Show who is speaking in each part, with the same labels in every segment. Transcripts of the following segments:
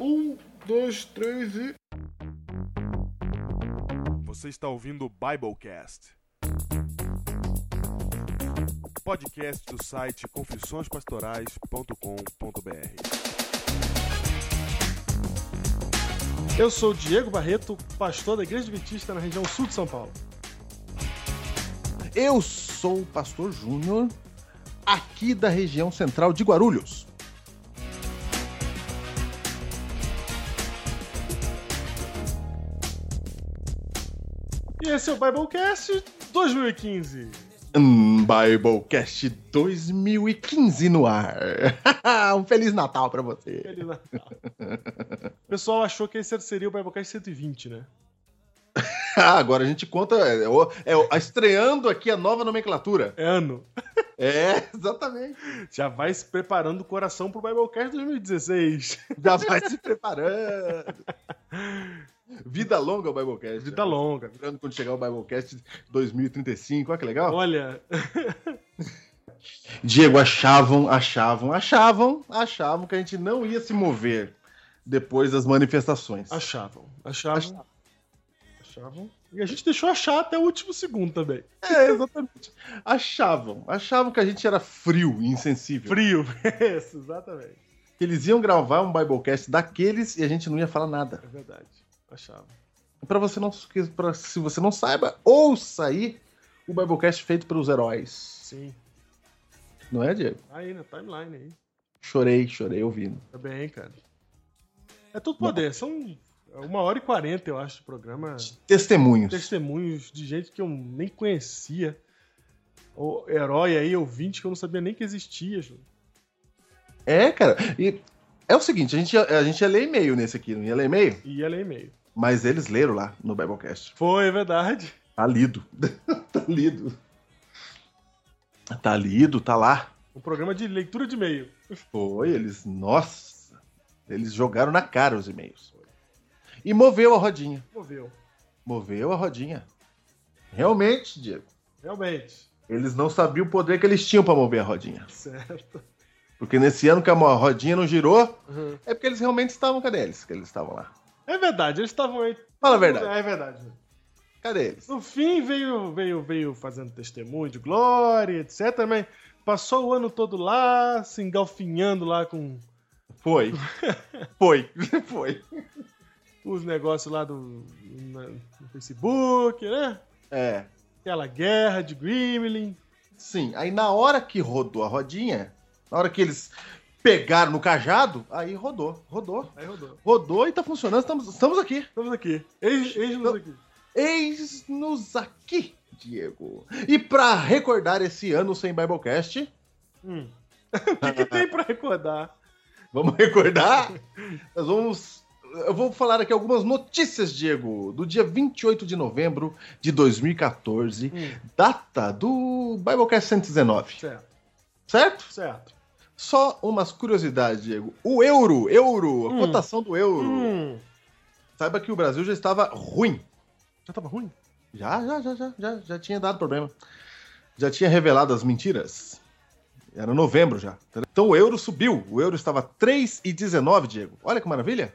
Speaker 1: Um,
Speaker 2: dois, três e.
Speaker 3: Você está ouvindo o Biblecast. Podcast do site confissõespastorais.com.br.
Speaker 1: Eu sou Diego Barreto, pastor da Igreja Adventista na região sul de São Paulo.
Speaker 4: Eu sou o Pastor Júnior, aqui da região central de Guarulhos.
Speaker 1: E esse é o Biblecast 2015.
Speaker 4: Hum, Biblecast 2015 no ar. um Feliz Natal pra você.
Speaker 1: Feliz Natal. O pessoal achou que esse seria o Biblecast 120, né?
Speaker 4: Ah, agora a gente conta, é, o- é o- estreando aqui a nova nomenclatura.
Speaker 1: É ano.
Speaker 4: É, exatamente.
Speaker 1: Já vai se preparando o coração pro Biblecast 2016.
Speaker 4: Já vai se preparando. Vida longa o Biblecast.
Speaker 1: Vida tá longa.
Speaker 4: Lembrando quando chegar o Biblecast 2035, olha que legal.
Speaker 1: Olha,
Speaker 4: Diego, achavam, achavam, achavam, achavam que a gente não ia se mover depois das manifestações.
Speaker 1: achavam. Achavam. Achavam. E a gente deixou achar até o último segundo também.
Speaker 4: É, exatamente. Achavam, achavam que a gente era frio e insensível.
Speaker 1: Frio. Isso, exatamente.
Speaker 4: Que eles iam gravar um Biblecast daqueles e a gente não ia falar nada.
Speaker 1: É verdade. Achavam.
Speaker 4: Pra você não que- pra- se você não saiba, ouça aí o Biblecast feito pelos heróis.
Speaker 1: Sim.
Speaker 4: Não é, Diego?
Speaker 1: Tá Aí na timeline aí.
Speaker 4: Chorei, chorei ouvindo.
Speaker 1: Tá bem, cara. É tudo poder. São uma hora e quarenta, eu acho, de programa.
Speaker 4: Testemunhos.
Speaker 1: Testemunhos de gente que eu nem conhecia. O herói aí, ouvinte, que eu não sabia nem que existia. Ju.
Speaker 4: É, cara. E é o seguinte, a gente, ia- a gente ia ler e-mail nesse aqui, não ia ler e-mail?
Speaker 1: E ela é e-mail.
Speaker 4: Mas eles leram lá no Biblecast.
Speaker 1: Foi, é verdade.
Speaker 4: Tá lido. tá lido. Tá lido, tá lá.
Speaker 1: Um programa de leitura de e-mail.
Speaker 4: Foi, eles. Nossa! Eles jogaram na cara os e-mails. E moveu a rodinha.
Speaker 1: Moveu.
Speaker 4: Moveu a rodinha. Realmente, Diego.
Speaker 1: Realmente.
Speaker 4: Eles não sabiam o poder que eles tinham pra mover a rodinha.
Speaker 1: Certo.
Speaker 4: Porque nesse ano que a mo- rodinha não girou,
Speaker 1: Uhum.
Speaker 4: é porque eles realmente estavam. Cadê eles? Que eles estavam lá.
Speaker 1: É verdade, eles estavam aí.
Speaker 4: Fala a verdade.
Speaker 1: É verdade.
Speaker 4: Cadê eles?
Speaker 1: No fim veio, veio, veio fazendo testemunho de glória, etc. Mas passou o ano todo lá, se engalfinhando lá com
Speaker 4: Foi. Foi. Foi.
Speaker 1: os negócios lá do na- no Facebook, né?
Speaker 4: É.
Speaker 1: Aquela guerra de Gremlin.
Speaker 4: Sim, aí na hora que rodou a rodinha, na hora que eles pegaram no cajado, aí rodou, rodou,
Speaker 1: Aí rodou.
Speaker 4: rodou e tá funcionando, estamos, estamos aqui.
Speaker 1: Estamos aqui. Eis- Eis-nos aqui.
Speaker 4: Eis-nos aqui, Diego. E pra recordar esse ano sem Biblecast,
Speaker 1: Hum. o que, que tem pra recordar?
Speaker 4: vamos recordar, nós vamos... Eu vou falar aqui algumas notícias, Diego, do dia 28 de novembro de 2014,
Speaker 1: Hum.
Speaker 4: data do Biblecast 119,
Speaker 1: Certo,
Speaker 4: certo?
Speaker 1: certo.
Speaker 4: Só umas curiosidades, Diego. O euro, euro, a
Speaker 1: Hum.
Speaker 4: cotação do euro.
Speaker 1: Hum.
Speaker 4: Saiba que o Brasil já estava ruim.
Speaker 1: Já tava ruim?
Speaker 4: Já, já, já, já, já, já tinha dado problema. Já tinha revelado as mentiras. Era novembro já. Então o euro subiu. O euro estava 3,19, Diego. Olha que maravilha.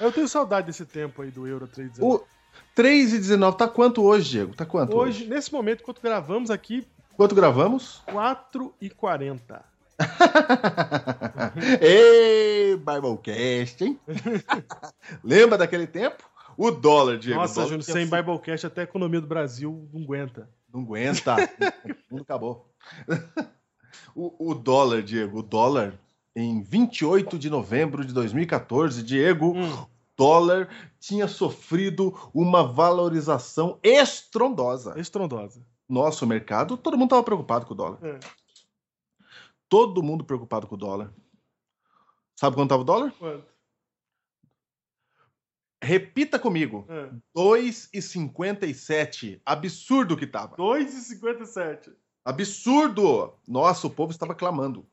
Speaker 1: Eu tenho saudade desse tempo aí do Euro 3
Speaker 4: O 3,19 tá quanto hoje, Diego? Tá quanto hoje?
Speaker 1: Hoje, nesse momento, enquanto gravamos aqui,
Speaker 4: Quanto gravamos?
Speaker 1: 4h40. Uhum.
Speaker 4: Ei, Biblecast, hein? Lembra daquele tempo? O dólar, Diego. O
Speaker 1: Nossa,
Speaker 4: dólar
Speaker 1: Júnior,
Speaker 4: tinha
Speaker 1: sem Biblecast até a economia do Brasil não aguenta.
Speaker 4: Não aguenta. o mundo acabou. o, o dólar, Diego, o dólar em 28 de novembro de 2014, Diego,
Speaker 1: Hum.
Speaker 4: o dólar tinha sofrido uma valorização estrondosa.
Speaker 1: É Estrondosa.
Speaker 4: Nosso mercado, todo mundo estava preocupado com o dólar.
Speaker 1: É.
Speaker 4: Todo mundo preocupado com o dólar. Sabe quanto estava o dólar?
Speaker 1: Quanto?
Speaker 4: Repita comigo.
Speaker 1: É.
Speaker 4: 2,57. Absurdo que estava.
Speaker 1: 2,57.
Speaker 4: Absurdo! Nossa, o povo estava clamando.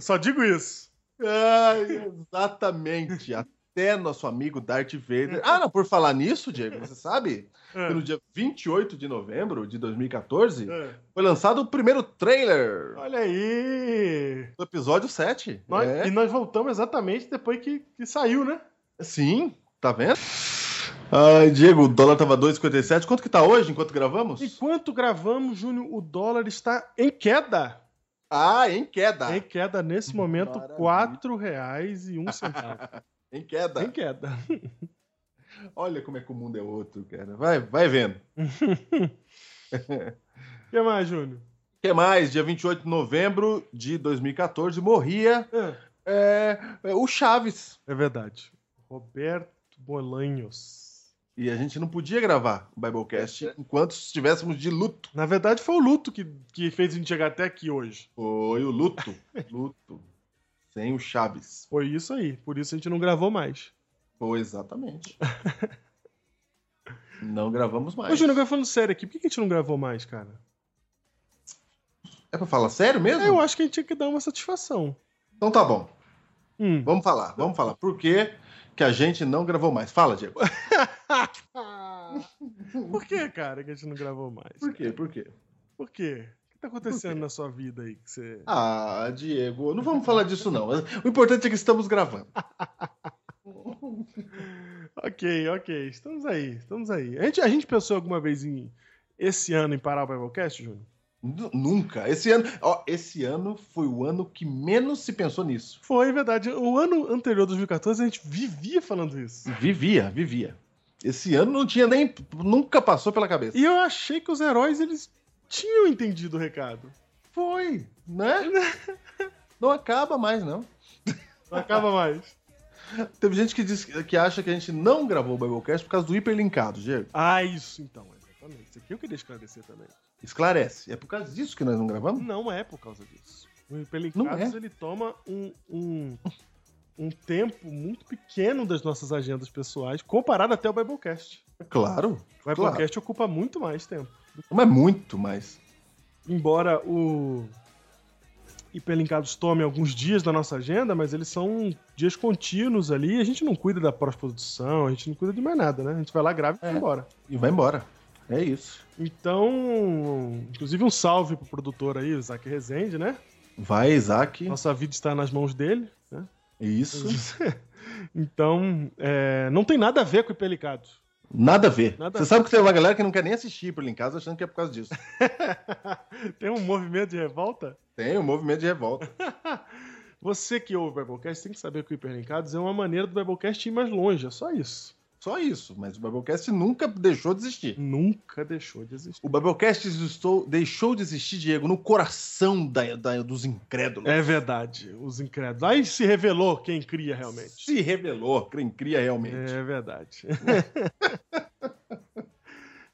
Speaker 1: Só digo isso.
Speaker 4: Ai, exatamente. A até nosso amigo Darth Vader. Ah, não, por falar nisso, Diego, você sabe que no dia 28 de novembro de 2014
Speaker 1: É.
Speaker 4: foi lançado o primeiro trailer
Speaker 1: Olha aí!
Speaker 4: do episódio 7.
Speaker 1: Nós-
Speaker 4: É.
Speaker 1: E nós voltamos exatamente depois que, que saiu, né?
Speaker 4: Sim, tá vendo? Ai, Diego, o dólar tava 2,57. Quanto que tá hoje enquanto gravamos?
Speaker 1: Enquanto gravamos, Júnior, o dólar está em queda.
Speaker 4: Ah, em queda.
Speaker 1: Em
Speaker 4: Em,
Speaker 1: queda nesse momento,
Speaker 4: Maravilha.
Speaker 1: quatro reais e um centavo.
Speaker 4: queda.
Speaker 1: em queda.
Speaker 4: Olha como é que o mundo é outro, cara. Vai, vai vendo. O
Speaker 1: O que mais, Júnior?
Speaker 4: que mais? Dia 28 de novembro de 2014 morria
Speaker 1: Ah,
Speaker 4: é, é, o Chaves.
Speaker 1: É verdade. Roberto Bolanhos.
Speaker 4: E a gente não podia gravar o
Speaker 1: É,
Speaker 4: Biblecast enquanto estivéssemos de luto.
Speaker 1: Na verdade, foi o luto que, que fez a gente chegar até aqui hoje.
Speaker 4: Foi o luto. Luto. Sem o Chaves.
Speaker 1: Foi isso aí. Por isso a gente não gravou mais.
Speaker 4: Foi exatamente. Não gravamos mais.
Speaker 1: Ô, Júnior, agora falando sério aqui, por que a gente não gravou mais, cara?
Speaker 4: É pra falar sério mesmo?
Speaker 1: É, Eu acho que a gente tinha que dar uma satisfação.
Speaker 4: Então tá bom.
Speaker 1: Hum.
Speaker 4: Vamos falar, vamos falar. Por que, que a gente não gravou mais? Fala, Diego.
Speaker 1: Por que, cara, que a gente não gravou mais?
Speaker 4: Por quê? Por quê?
Speaker 1: Por quê? O que tá acontecendo na sua vida aí que você.
Speaker 4: Ah, Diego, não vamos falar disso, não. O importante é que estamos gravando.
Speaker 1: Ok, ok. Estamos aí, estamos aí. A gente, a gente pensou alguma vez em esse ano em parar o Biblecast, Júnior?
Speaker 4: Nu- Nunca. Esse ano, ó, esse ano foi o ano que menos se pensou nisso.
Speaker 1: Foi é verdade. O ano anterior, 2014, a gente vivia falando isso.
Speaker 4: Vivia, vivia. Esse ano não tinha nem. Nunca passou pela cabeça.
Speaker 1: E eu achei que os heróis, eles tinham entendido o recado.
Speaker 4: foi, né? Não acaba mais, não.
Speaker 1: Não acaba mais.
Speaker 4: Teve gente que, diz, que acha que a gente não gravou o Biblecast por causa do hiperlinkado, Diego.
Speaker 1: Ah, isso então, exatamente. Isso aqui eu queria esclarecer também.
Speaker 4: Esclarece. É por causa disso que nós não gravamos?
Speaker 1: Não é por causa disso. O
Speaker 4: Não é.
Speaker 1: Pelicados, ele toma um, um, um tempo muito pequeno das nossas agendas pessoais, comparado até ao Biblecast.
Speaker 4: Claro.
Speaker 1: O Biblecast ocupa muito mais tempo.
Speaker 4: Mas é muito mais.
Speaker 1: Embora o Hiperlinkados tome alguns dias da nossa agenda, mas eles são dias contínuos ali. A gente não cuida da pós-produção, a gente não cuida de mais nada, né? A gente vai lá, grava e vai
Speaker 4: É.
Speaker 1: embora.
Speaker 4: E vai embora. É isso.
Speaker 1: Então, inclusive um salve pro produtor aí, o Isaac Rezende, né?
Speaker 4: Vai, Isaac. É
Speaker 1: Nossa vida está nas mãos dele, né?
Speaker 4: Isso.
Speaker 1: Então, é, não tem nada a ver com o Hiperlicado.
Speaker 4: Nada a ver.
Speaker 1: Nada a
Speaker 4: você
Speaker 1: ver.
Speaker 4: sabe que tem uma galera que não quer nem assistir por lá em casa achando que é por causa disso.
Speaker 1: tem um movimento de revolta?
Speaker 4: Tem o movimento de revolta.
Speaker 1: Você que ouve o Biblecast tem que saber que o Hiperlinkados é uma maneira do Biblecast ir mais longe, é só isso.
Speaker 4: Só isso. Mas o Biblecast nunca deixou de existir.
Speaker 1: Nunca deixou de existir.
Speaker 4: O Biblecast existou- deixou de existir, Diego, no coração da- da- dos incrédulos.
Speaker 1: É verdade, os incrédulos. Aí se revelou quem cria realmente.
Speaker 4: Se revelou, quem cria realmente.
Speaker 1: É verdade.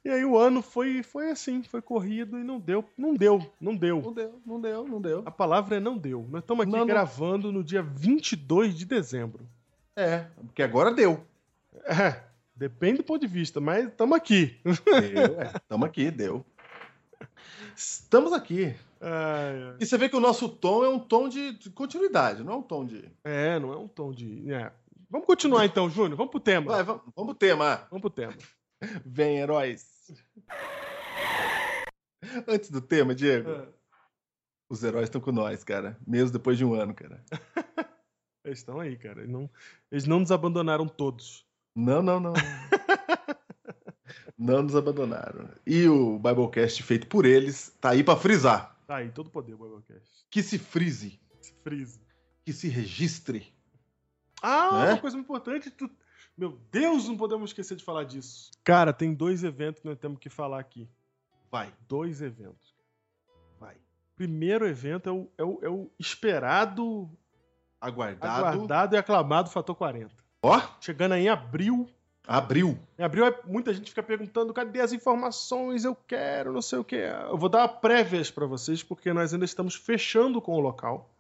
Speaker 1: e aí o ano foi, foi assim, foi corrido e não deu, não deu, não deu.
Speaker 4: Não deu, não deu, não deu.
Speaker 1: A palavra é não deu. Nós estamos aqui
Speaker 4: Não, não.
Speaker 1: gravando no dia 22 de dezembro.
Speaker 4: É, porque agora deu.
Speaker 1: É, depende do ponto de vista, mas estamos aqui.
Speaker 4: Deu, é. Estamos aqui, deu. Estamos aqui.
Speaker 1: Ai, ai.
Speaker 4: E você vê que o nosso tom é um tom de de continuidade, não é um tom de.
Speaker 1: É, não é um tom de. é. Vamos continuar então, Júnior. Vamos pro tema.
Speaker 4: Vai, vamos, vamos pro tema.
Speaker 1: Vamos pro tema.
Speaker 4: Vem, heróis. Antes do tema, Diego,
Speaker 1: É.
Speaker 4: os heróis estão com nós, cara. Mesmo depois de um ano, cara.
Speaker 1: Eles estão aí, cara. Eles não, eles não nos abandonaram todos.
Speaker 4: Não, não, não. não nos abandonaram. E o Biblecast feito por eles tá aí pra frisar.
Speaker 1: Tá aí, todo poder, Biblecast.
Speaker 4: Que se frise,
Speaker 1: Se frise.
Speaker 4: que se registre.
Speaker 1: Ah,
Speaker 4: Né?
Speaker 1: uma coisa muito importante. tu- Meu Deus, não podemos esquecer de falar disso. Cara, tem dois eventos que nós temos que falar aqui.
Speaker 4: Vai,
Speaker 1: Dois eventos.
Speaker 4: vai.
Speaker 1: Primeiro evento é o, é o- é o esperado,
Speaker 4: Aguardado.
Speaker 1: aguardado e aclamado Fator 40.
Speaker 4: Ó,
Speaker 1: Chegando aí em abril.
Speaker 4: abriu.
Speaker 1: Em abril, é- muita gente fica perguntando: cadê as informações? Eu quero, não sei o que. Eu vou dar uma prévias pra vocês, porque nós ainda estamos fechando com o local,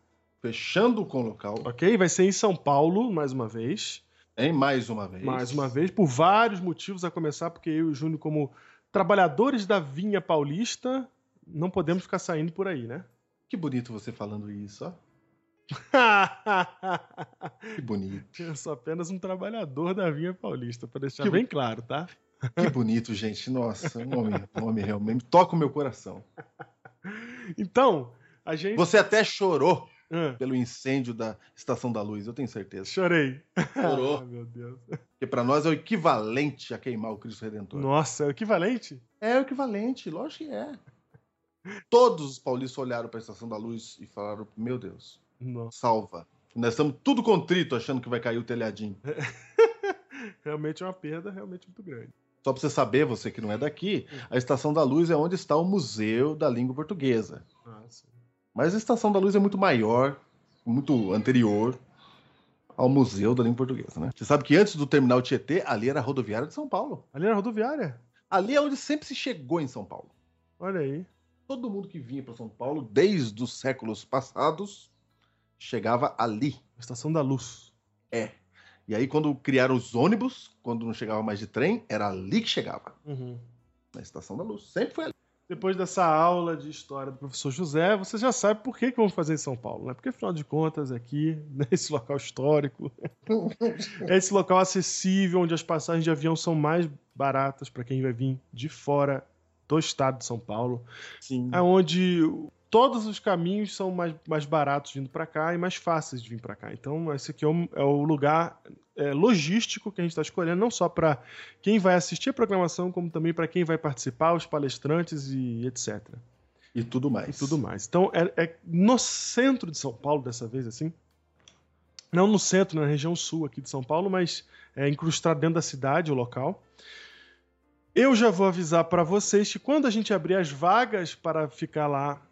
Speaker 4: Fechando com o local.
Speaker 1: ok? Vai ser em São Paulo, mais uma vez.
Speaker 4: Hein? Mais uma vez.
Speaker 1: Mais uma vez, por vários motivos, a começar porque eu e o Júnior, como trabalhadores da vinha paulista, não podemos ficar saindo por aí, né?
Speaker 4: Que bonito você falando isso, ó. Que bonito.
Speaker 1: Eu sou apenas um trabalhador da vinha paulista, pra deixar
Speaker 4: Que-
Speaker 1: bem claro, tá?
Speaker 4: Que bonito, gente. Nossa, um homem, um homem realmente. Toca o meu coração.
Speaker 1: Então, a gente.
Speaker 4: Você até chorou
Speaker 1: Ah,
Speaker 4: pelo incêndio da Estação da Luz, eu tenho certeza.
Speaker 1: chorei.
Speaker 4: Chorou.
Speaker 1: Ah, meu Deus.
Speaker 4: Porque pra nós é o equivalente a queimar o Cristo Redentor.
Speaker 1: Nossa, é o equivalente?
Speaker 4: É o equivalente, lógico que é. Todos os paulistas olharam pra Estação da Luz e falaram: Meu Deus,
Speaker 1: Nossa.
Speaker 4: salva. Nós estamos tudo contrito achando que vai cair o telhadinho.
Speaker 1: Realmente é uma perda realmente muito grande.
Speaker 4: Só pra você saber, você que não é daqui, a Estação da Luz é onde está o Museu da Língua Portuguesa.
Speaker 1: Nossa.
Speaker 4: Mas a Estação da Luz é muito maior, muito anterior ao Museu da Língua Portuguesa, né? Você sabe que antes do terminal Tietê, ali era a rodoviária de São Paulo.
Speaker 1: Ali na rodoviária?
Speaker 4: Ali é onde sempre se chegou em São Paulo.
Speaker 1: Olha aí.
Speaker 4: Todo mundo que vinha para São Paulo desde os séculos passados chegava ali.
Speaker 1: Estação da Luz.
Speaker 4: E aí quando criaram os ônibus, quando não chegava mais de trem, era ali que chegava,
Speaker 1: Uhum.
Speaker 4: na Estação da Luz. Sempre foi ali.
Speaker 1: Depois dessa aula de história do professor José, você já sabe por que, que vamos fazer em São Paulo, né? Porque, afinal de contas, aqui, nesse local histórico, é esse local acessível onde as passagens de avião são mais baratas para quem vai vir de fora do estado de São Paulo.
Speaker 4: Sim.
Speaker 1: é onde todos os caminhos são mais, mais baratos vindo para cá e mais fáceis de vir para cá. Então, esse aqui é, um- é o lugar é, logístico que a gente está escolhendo, não só para quem vai assistir a programação, como também para quem vai participar, os palestrantes e etc.
Speaker 4: E tudo
Speaker 1: E
Speaker 4: mais.
Speaker 1: tudo mais. Então, é, é no centro de São Paulo, dessa vez, assim. Não no centro, na região sul aqui de São Paulo, mas é incrustado dentro da cidade, o local. Eu já vou avisar para vocês que quando a gente abrir as vagas para ficar lá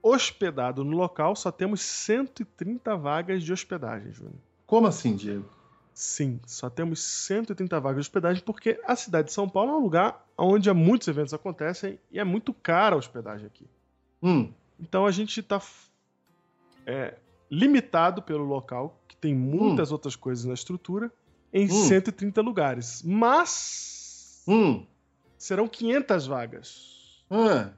Speaker 1: hospedado no local, só temos 130 vagas de hospedagem, Júnior.
Speaker 4: Como assim, Diego?
Speaker 1: Sim, só temos 130 vagas de hospedagem porque a cidade de São Paulo é um lugar onde há muitos eventos acontecem e é muito cara a hospedagem aqui.
Speaker 4: Hum,
Speaker 1: Então a gente está limitado pelo local, que tem muitas outras coisas na estrutura, em
Speaker 4: Hum.
Speaker 1: 130 lugares. Mas
Speaker 4: hum,
Speaker 1: serão 500 vagas.
Speaker 4: ah,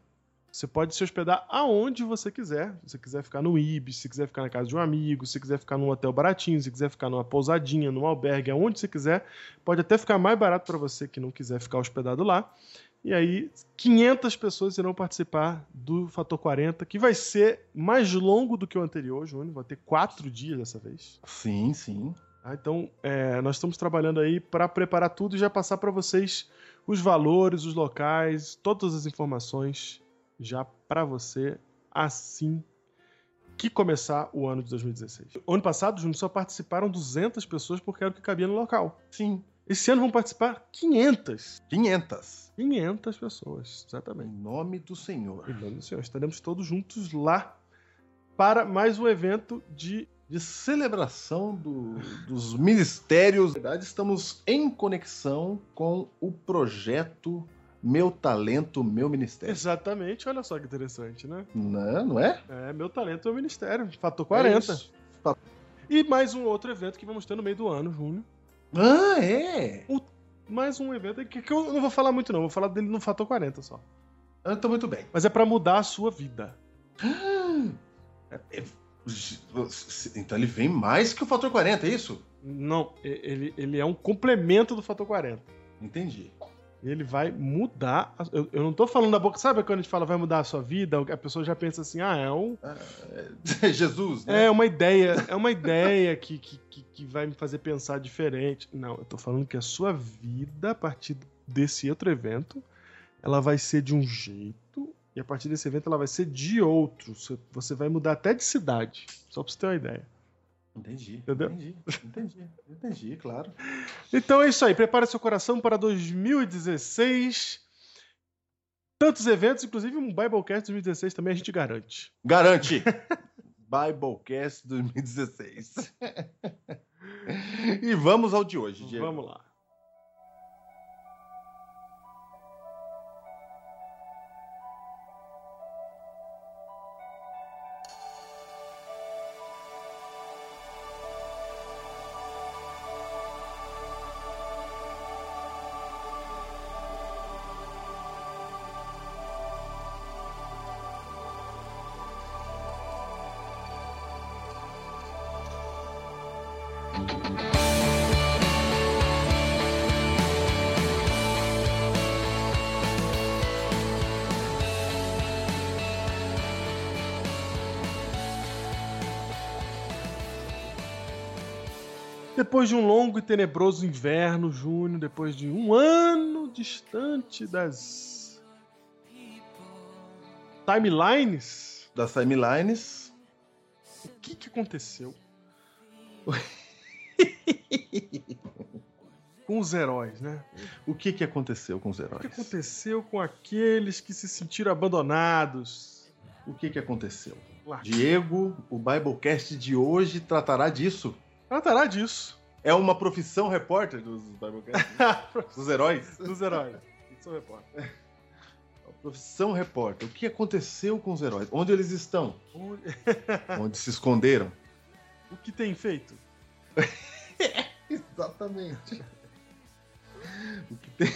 Speaker 1: Você pode se hospedar aonde você quiser. Se você quiser ficar no Ibis, se quiser ficar na casa de um amigo, se quiser ficar num hotel baratinho, se quiser ficar numa pousadinha, num albergue, aonde você quiser. Pode até ficar mais barato para você que não quiser ficar hospedado lá. E aí, 500 pessoas irão participar do Fator 40, que vai ser mais longo do que o anterior, Júnior. Vai ter quatro dias dessa vez.
Speaker 4: sim, sim.
Speaker 1: tá? Então, é, nós estamos trabalhando aí para preparar tudo e já passar para vocês os valores, os locais, todas as informações já para você assim que começar o ano de 2016. Ano passado, Júnior, só participaram 200 pessoas porque era o que cabia no local.
Speaker 4: Sim.
Speaker 1: Esse ano vão participar 500.
Speaker 4: 500.
Speaker 1: 500 pessoas, exatamente.
Speaker 4: Em nome do Senhor.
Speaker 1: Em nome do Senhor, estaremos todos juntos lá para mais um evento de.
Speaker 4: De celebração do- dos ministérios. Na verdade, estamos em conexão com o projeto Meu Talento, Meu Ministério.
Speaker 1: Exatamente, olha só que interessante, né?
Speaker 4: Não, não é?
Speaker 1: É, meu talento é o ministério, fator
Speaker 4: É
Speaker 1: 40.
Speaker 4: isso.
Speaker 1: e mais um outro evento que vamos ter no meio do ano, junho.
Speaker 4: ah, é?
Speaker 1: Mais um evento que, que eu não vou falar muito, não, vou falar dele no fator 40 só.
Speaker 4: Ah, Então, muito bem.
Speaker 1: Mas é para mudar a sua vida.
Speaker 4: Então, ele vem mais que o fator 40, é isso?
Speaker 1: Não, e- ele, ele é um complemento do fator 40.
Speaker 4: Entendi.
Speaker 1: Ele vai mudar. a- eu, eu não tô falando da boca. Sabe quando a gente fala vai mudar a sua vida? A pessoa já pensa assim, ah, é um
Speaker 4: É Jesus, né?
Speaker 1: É uma ideia, é uma ideia que, que, que, que vai me fazer pensar diferente. Não, eu tô falando que a sua vida, a partir desse outro evento, ela vai ser de um jeito, e a partir desse evento ela vai ser de outro. Você- Você vai mudar até de cidade. Só pra você ter uma ideia.
Speaker 4: Entendi.
Speaker 1: Entendeu?
Speaker 4: Entendi. Entendi. Entendi, claro.
Speaker 1: Então é isso aí. Prepare seu coração para 2016. Tantos eventos, inclusive um Biblecast 2016 também a gente garante.
Speaker 4: Garante. Biblecast 2016. e vamos ao de hoje, Diego.
Speaker 1: Vamos lá. Depois de um longo e tenebroso inverno, junho, depois de um ano distante das timelines,
Speaker 4: Das timelines.
Speaker 1: o que, que aconteceu com os heróis, né?
Speaker 4: O que, que aconteceu com os
Speaker 1: O que
Speaker 4: heróis?
Speaker 1: aconteceu com aqueles que se sentiram abandonados?
Speaker 4: O que, que aconteceu?
Speaker 1: Lá.
Speaker 4: Diego, o Biblecast de hoje tratará disso.
Speaker 1: Tratará tá disso.
Speaker 4: É uma profissão repórter dos Biblecasts, dos heróis.
Speaker 1: dos heróis. Sou repórter.
Speaker 4: Profissão repórter. O que aconteceu com os heróis? Onde eles estão? Onde se esconderam?
Speaker 1: O que tem feito?
Speaker 4: Exatamente. O que tem...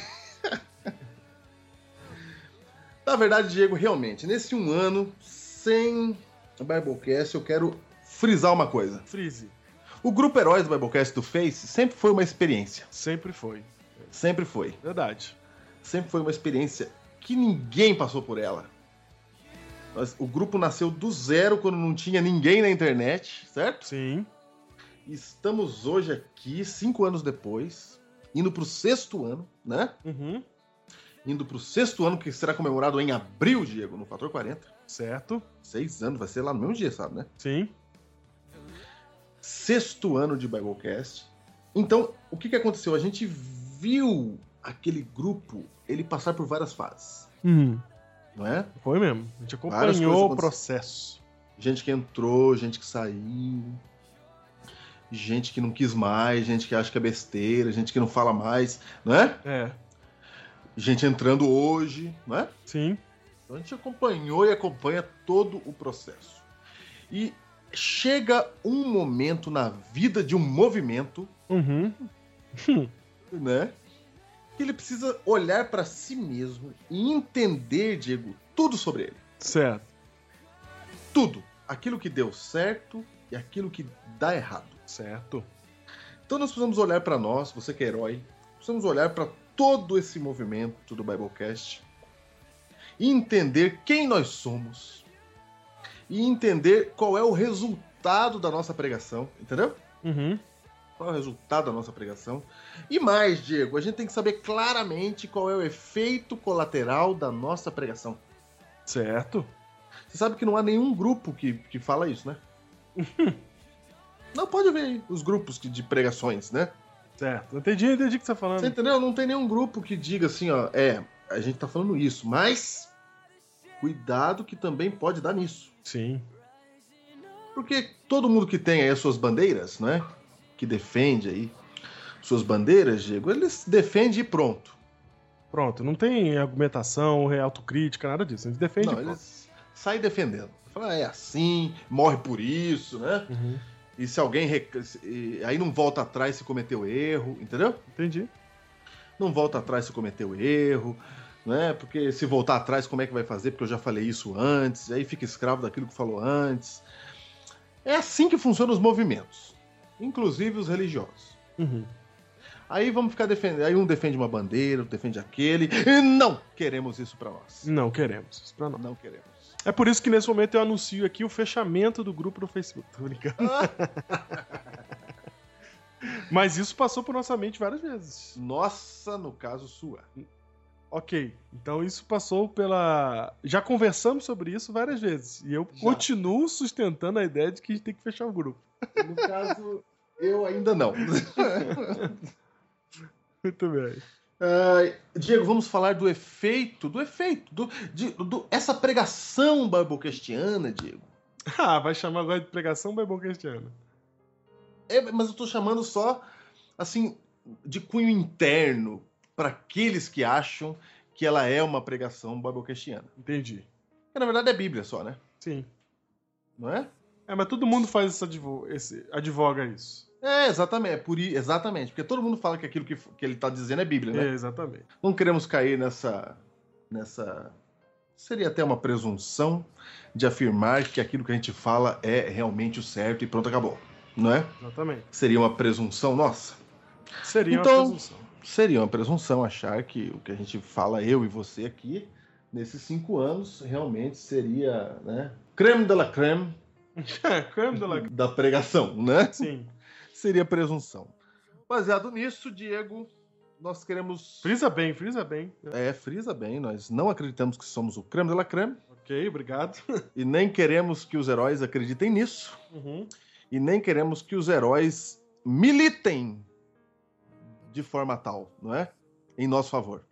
Speaker 4: Na verdade, Diego, realmente, nesse um ano, sem Biblecast, eu quero frisar uma coisa.
Speaker 1: Freeze.
Speaker 4: O grupo Heróis do Biblecast do Face sempre foi uma experiência.
Speaker 1: Sempre foi.
Speaker 4: Sempre foi.
Speaker 1: Verdade.
Speaker 4: Sempre foi uma experiência que ninguém passou por ela. Nós- o grupo nasceu do zero quando não tinha ninguém na internet, certo?
Speaker 1: Sim.
Speaker 4: Estamos hoje aqui, cinco anos depois, indo pro sexto ano, né?
Speaker 1: Uhum.
Speaker 4: indo pro sexto ano, que será comemorado em abril, Diego, no Fator 40.
Speaker 1: Certo.
Speaker 4: Seis anos, vai ser lá no mesmo dia, sabe, né?
Speaker 1: Sim.
Speaker 4: Sexto ano de Biblecast. Então, o que, que aconteceu? A gente viu aquele grupo, ele passar por várias fases, não é?
Speaker 1: Foi mesmo. A gente
Speaker 4: Várias
Speaker 1: acompanhou
Speaker 4: coisas
Speaker 1: o processo.
Speaker 4: Gente que entrou, gente que saiu, gente que não quis mais, gente que acha que é besteira, gente que não fala mais, não é?
Speaker 1: É.
Speaker 4: Gente entrando hoje, não é?
Speaker 1: Sim.
Speaker 4: Então a gente acompanhou e acompanha todo o processo. E chega um momento na vida de um movimento,
Speaker 1: Uhum.
Speaker 4: né? Que ele precisa olhar para si mesmo e entender, Diego, tudo sobre ele.
Speaker 1: Certo.
Speaker 4: Tudo. Aquilo que deu certo e aquilo que dá errado.
Speaker 1: Certo.
Speaker 4: Então nós precisamos olhar para nós, você que é herói, precisamos olhar para todo esse movimento do Biblecast e entender quem nós somos e entender qual é o resultado da nossa pregação, entendeu?
Speaker 1: Uhum.
Speaker 4: Qual é o resultado da nossa pregação? E mais, Diego, a gente tem que saber claramente qual é o efeito colateral da nossa pregação.
Speaker 1: Certo.
Speaker 4: Você sabe que não há nenhum grupo que, que fala isso, né? não pode ver aí os grupos que- de pregações, né?
Speaker 1: Certo. Entendi, entendi o que você tá falando.
Speaker 4: Você entendeu? Não tem nenhum grupo que diga assim, ó, é, a gente tá falando isso, mas cuidado que também pode dar nisso.
Speaker 1: Sim.
Speaker 4: Porque todo mundo que tem aí as suas bandeiras, né? Que defende aí suas bandeiras, Diego, eles defendem e pronto.
Speaker 1: Pronto. Não tem argumentação, re- autocrítica, nada disso. A gente defende.
Speaker 4: Não,
Speaker 1: pronto.
Speaker 4: eles saem defendendo. Fala, é assim, morre por isso, né?
Speaker 1: Uhum.
Speaker 4: E se alguém. rec- e Aí não volta atrás se cometeu erro, entendeu?
Speaker 1: Entendi.
Speaker 4: não volta atrás se cometeu erro, né? Porque se voltar atrás, como é que vai fazer? Porque eu já falei isso antes, aí fica escravo daquilo que falou antes. É assim que funcionam os movimentos, inclusive os religiosos.
Speaker 1: Uhum.
Speaker 4: Aí vamos ficar defendendo, aí um defende uma bandeira, outro defende aquele. E não queremos isso pra nós.
Speaker 1: Não queremos. Isso pra nós.
Speaker 4: Não queremos.
Speaker 1: É por isso que nesse momento eu anuncio aqui o fechamento do grupo no Facebook. Tô brincando. Mas isso passou por nossa mente várias vezes.
Speaker 4: Nossa, no caso sua.
Speaker 1: Ok, então isso passou pela. Já conversamos sobre isso várias vezes. E eu
Speaker 4: Já.
Speaker 1: continuo sustentando a ideia de que a gente tem que fechar o grupo.
Speaker 4: No caso, eu ainda não.
Speaker 1: Muito bem.
Speaker 4: Ah, Diego, vamos falar do efeito, do efeito, do, de- do- essa pregação biblecastiana, Diego.
Speaker 1: Ah, vai chamar agora de pregação Bible Cristiana.
Speaker 4: É, mas eu tô chamando só, assim, de cunho interno para aqueles que acham que ela é uma pregação biblecastiana.
Speaker 1: Entendi.
Speaker 4: Que, Na verdade é Bíblia só, né?
Speaker 1: Sim.
Speaker 4: Não é?
Speaker 1: É, mas todo mundo faz essa advo- esse... advoga isso.
Speaker 4: É, exatamente, é por i- exatamente, porque todo mundo fala que aquilo que, f- que ele tá dizendo é Bíblia, né?
Speaker 1: É, exatamente.
Speaker 4: Não queremos cair nessa nessa seria até uma presunção de afirmar que aquilo que a gente fala é realmente o certo e pronto, acabou. não é?
Speaker 1: Exatamente.
Speaker 4: Seria uma presunção nossa?
Speaker 1: Seria
Speaker 4: Então-
Speaker 1: uma presunção.
Speaker 4: Seria uma presunção achar que o que a gente fala, eu e você aqui, nesses cinco anos, realmente seria, né? Creme de la creme
Speaker 1: Creme de la-
Speaker 4: da pregação, né?
Speaker 1: Sim.
Speaker 4: Seria presunção. Baseado nisso, Diego, nós queremos.
Speaker 1: Frisa bem, frisa bem.
Speaker 4: É, frisa bem, nós não acreditamos que somos o creme de la creme
Speaker 1: Ok, obrigado.
Speaker 4: e nem queremos que os heróis acreditem nisso.
Speaker 1: Uhum.
Speaker 4: e nem queremos que os heróis militem de forma tal, não é? Em nosso favor.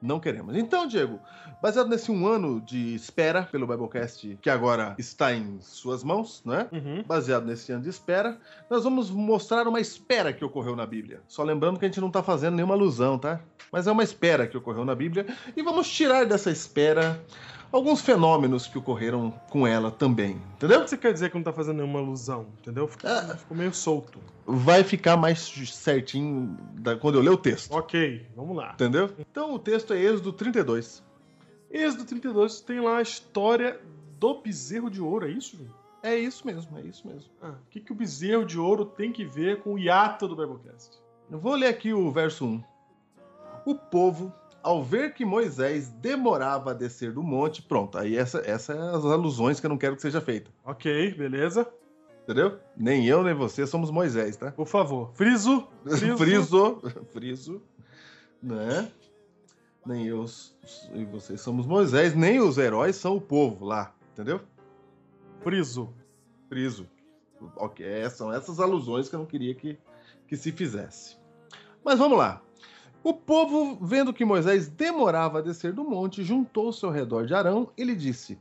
Speaker 4: Não queremos. Então, Diego, baseado nesse um ano de espera pelo Biblecast, que agora está em suas mãos, não é?
Speaker 1: Uhum.
Speaker 4: Baseado nesse ano de espera, nós vamos mostrar uma espera que ocorreu na Bíblia. Só lembrando que a gente não está fazendo nenhuma alusão, tá? Mas é uma espera que ocorreu na Bíblia e vamos tirar dessa espera alguns fenômenos que ocorreram com ela também, entendeu?
Speaker 1: O que você quer dizer que não tá fazendo nenhuma alusão, entendeu? Ficou,
Speaker 4: Ah.
Speaker 1: ficou meio solto.
Speaker 4: vai ficar mais certinho da- quando eu ler o texto.
Speaker 1: Ok, vamos lá.
Speaker 4: Entendeu? Então o texto é Êxodo 32.
Speaker 1: Êxodo 32 tem lá a história do bezerro de ouro, é isso, Júnior?
Speaker 4: É isso mesmo, é isso mesmo.
Speaker 1: Ah, o que, que o bezerro de ouro tem que ver com o hiato do Biblecast?
Speaker 4: Eu vou ler aqui o verso 1. O povo, ao ver que Moisés demorava a descer do monte, pronto, aí essa, essa é as alusões que eu não quero que seja feita.
Speaker 1: Ok, beleza.
Speaker 4: Entendeu? Nem eu, nem você somos Moisés, tá?
Speaker 1: Por favor, friso. Friso.
Speaker 4: Friso. Friso. Né? Nem eu s- e vocês somos Moisés, nem os heróis são o povo lá, entendeu?
Speaker 1: friso.
Speaker 4: preso. Ok, é, são essas alusões que eu não queria que, que se fizesse. Mas vamos lá. O povo, vendo que Moisés demorava a descer do monte, juntou-se ao redor de Arão e lhe disse: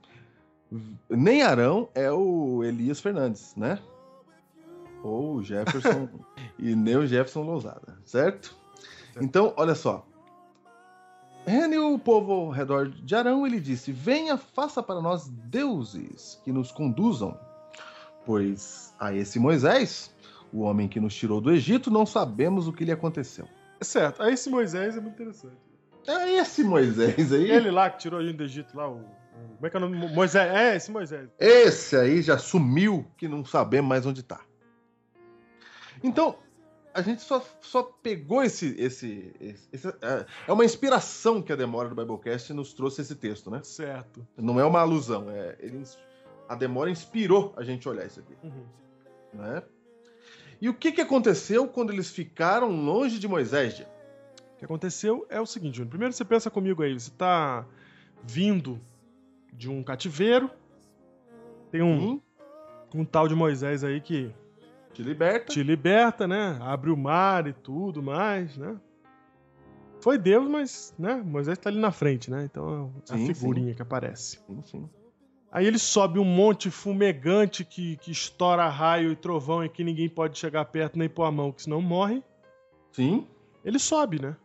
Speaker 4: Nem Arão é o Elias Fernandes, né? Ou o Jefferson, e nem o Jefferson Lousada, certo? Então, olha só. Reuniu o povo ao redor de Arão e lhe disse: Venha, faça para nós deuses que nos conduzam Pois a esse Moisés, o homem que nos tirou do Egito, não sabemos o que lhe aconteceu.
Speaker 1: É Certo, aí esse Moisés é muito interessante.
Speaker 4: É esse Moisés aí.
Speaker 1: E ele lá que tirou a gente do Egito, lá, o, o- Como é que é o nome? Mo- Moisés. É, esse Moisés.
Speaker 4: Esse aí já sumiu que não sabemos mais onde tá. Então, a gente só, só pegou esse, esse, esse- esse- é- É uma inspiração que a demora do Biblecast nos trouxe esse texto, né?
Speaker 1: Certo.
Speaker 4: Não é uma alusão. É, ele ins- a demora inspirou a gente a olhar isso aqui.
Speaker 1: Uhum.
Speaker 4: né? E o que, que aconteceu quando eles ficaram longe de Moisés, Diego?
Speaker 1: O que aconteceu é o seguinte, Júnior. Primeiro você pensa comigo aí, você tá vindo de um cativeiro, tem um,
Speaker 4: Hum?
Speaker 1: um tal de Moisés aí que
Speaker 4: Te liberta.
Speaker 1: te liberta, né? Abre o mar e tudo mais, né? Foi Deus, mas, né? Moisés tá ali na frente, né? Então é a
Speaker 4: Sim,
Speaker 1: figurinha que aparece.
Speaker 4: Sim, sim.
Speaker 1: Aí ele sobe um monte fumegante que, que estoura raio e trovão e que ninguém pode chegar perto nem pôr a mão, que senão morre.
Speaker 4: Sim.
Speaker 1: Ele sobe, né?